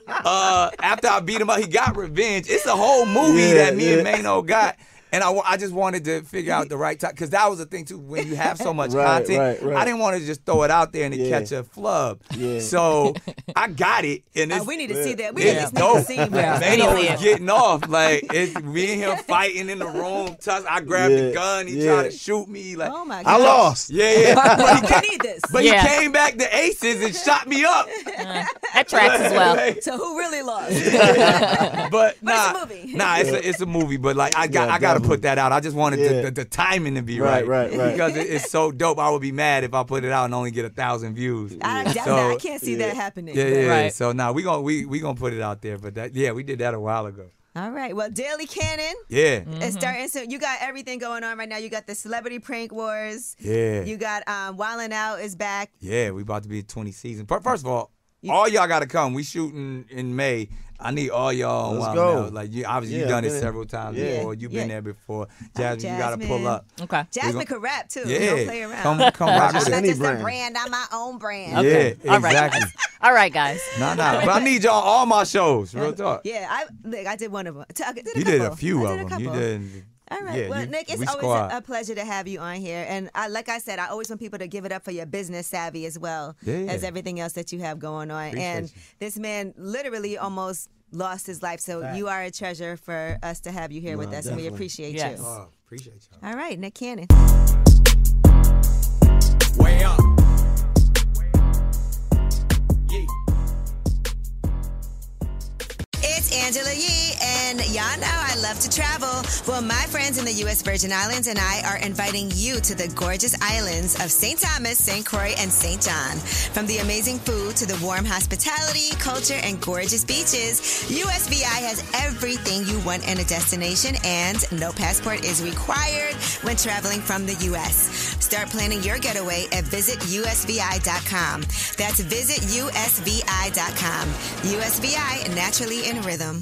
C: uh, after I beat him up, he got revenge. It's a whole movie
E: Yeah,
C: that me and
E: yeah.
C: Mano got. And I, wa- I just wanted to figure out the right time because that was the thing too. When you
E: [LAUGHS]
C: have so much
E: Right,
C: content,
E: right, right.
C: I didn't want to just throw it out there and it
E: Yeah.
C: catch a flub.
E: Yeah.
C: So I got it, and
A: Uh,
C: it's,
A: we need to see that. We
C: it's [LAUGHS]
A: just need to
C: dope.
A: see.
D: Yeah.
A: first.
D: They
C: Mano
D: Yeah.
C: was getting off. Like it's
A: [LAUGHS]
C: me and him fighting in the room. Tuss, I grabbed the
E: Yeah,
C: gun. He
E: yeah.
C: tried to shoot me. Like
A: Oh my
E: I
A: god! [LAUGHS]
E: lost.
C: yeah, yeah. but
A: We need this.
C: [LAUGHS] but
D: Yeah.
C: he came back to aces and shot
A: [LAUGHS]
C: me up.
D: That
C: [LAUGHS]
D: tracks as well.
C: Like,
A: so who really lost?
C: but
A: it's a
C: nah,
A: movie.
C: nah, it's a it's a movie. But like I got
E: Yeah,
C: I got to
E: definitely.
C: put that out. I just wanted
E: Yeah.
C: the, the, the timing to be
E: Right,
C: right,
E: right, right.
C: Because it, it's so dope. I would be mad if I put it out and only get a thousand views.
A: I doubt
C: So,
A: that. I can't see that happening.
C: Yeah, yeah.
D: Right.
C: So now nah, we gonna we we gonna put it out there. But that yeah, we did that a while ago.
A: All right. Well, Daily Cannon
C: Yeah.
D: Mm-hmm.
A: is starting soon. You got everything going on right now. You got the Celebrity Prank Wars.
C: Yeah.
A: You got um, Wildin' Out is back.
C: Yeah, we about to be at 20 season. Fir- First of all, all y'all got to come. We shooting in May. I need all y'all. on
E: Let's
C: Wild
E: go.
C: N Out. Like you, obviously you
E: Yeah,
C: done
E: I've
C: it
E: been-
C: several times
E: yeah.
C: before. You've been
A: Yeah.
C: there before. Jasmine, you got to pull
A: Jasmine.
C: up.
D: Okay.
A: Jasmine
C: gon-
A: could rap too.
C: Yeah,
A: Don't play around.
C: come come rock
A: I'm
C: with
A: not
C: us.
E: Any
A: just a
E: brand.
A: brand. I'm my own brand.
D: Okay.
C: Yeah,
D: All right.
C: exactly.
D: [LAUGHS] All right, guys.
C: Nah,
A: [LAUGHS]
C: nah. But I need y'all all my shows. Real talk.
A: Yeah, I look, I did one of them. T- I did a
C: you did a
A: couple.
C: few
A: I
C: of them. You
A: couple.
C: did.
A: All right.
C: yeah,
A: well,
C: you-
A: Nick, it's
C: we
A: always
C: squad.
A: a, a pleasure to have you on here. And I, like I said, I always want people to give it up for your business savvy as well
C: Yeah, yeah.
A: as everything else that you have going on.
C: Appreciate
A: and
C: you.
A: this man literally almost lost his life. So you are a treasure for us to have you here with us, and we appreciate
D: Yes.
A: you.
C: Oh, appreciate y'all.
A: All right, Nick Cannon.
C: Way up. Yeah.
A: It's Angela Yee, and y'all know I love to travel. Well, my friends in the U.S. Virgin Islands and I are inviting you to the gorgeous islands of St. Thomas, St. Croix, and St. John. From the amazing food to the warm hospitality, culture, and gorgeous beaches, USVI has everything you want in a destination, and no passport is required when traveling from the U.S. Start planning your getaway at visitusvi.com. That's visitusvi.com. USVI, naturally in rhythm.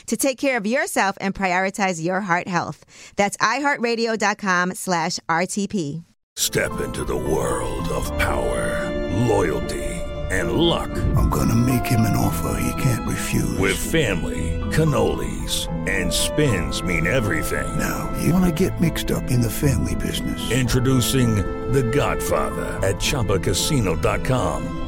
A: to take care of yourself and prioritize your heart health. That's iHeartRadio.com slash RTP.
F: Step into the world of power, loyalty, and luck.
G: I'm going to make him an offer he can't refuse.
F: With family, cannolis, and spins mean everything.
G: Now, you want to get mixed up in the family business.
F: Introducing The Godfather at ChumbaCasino.com.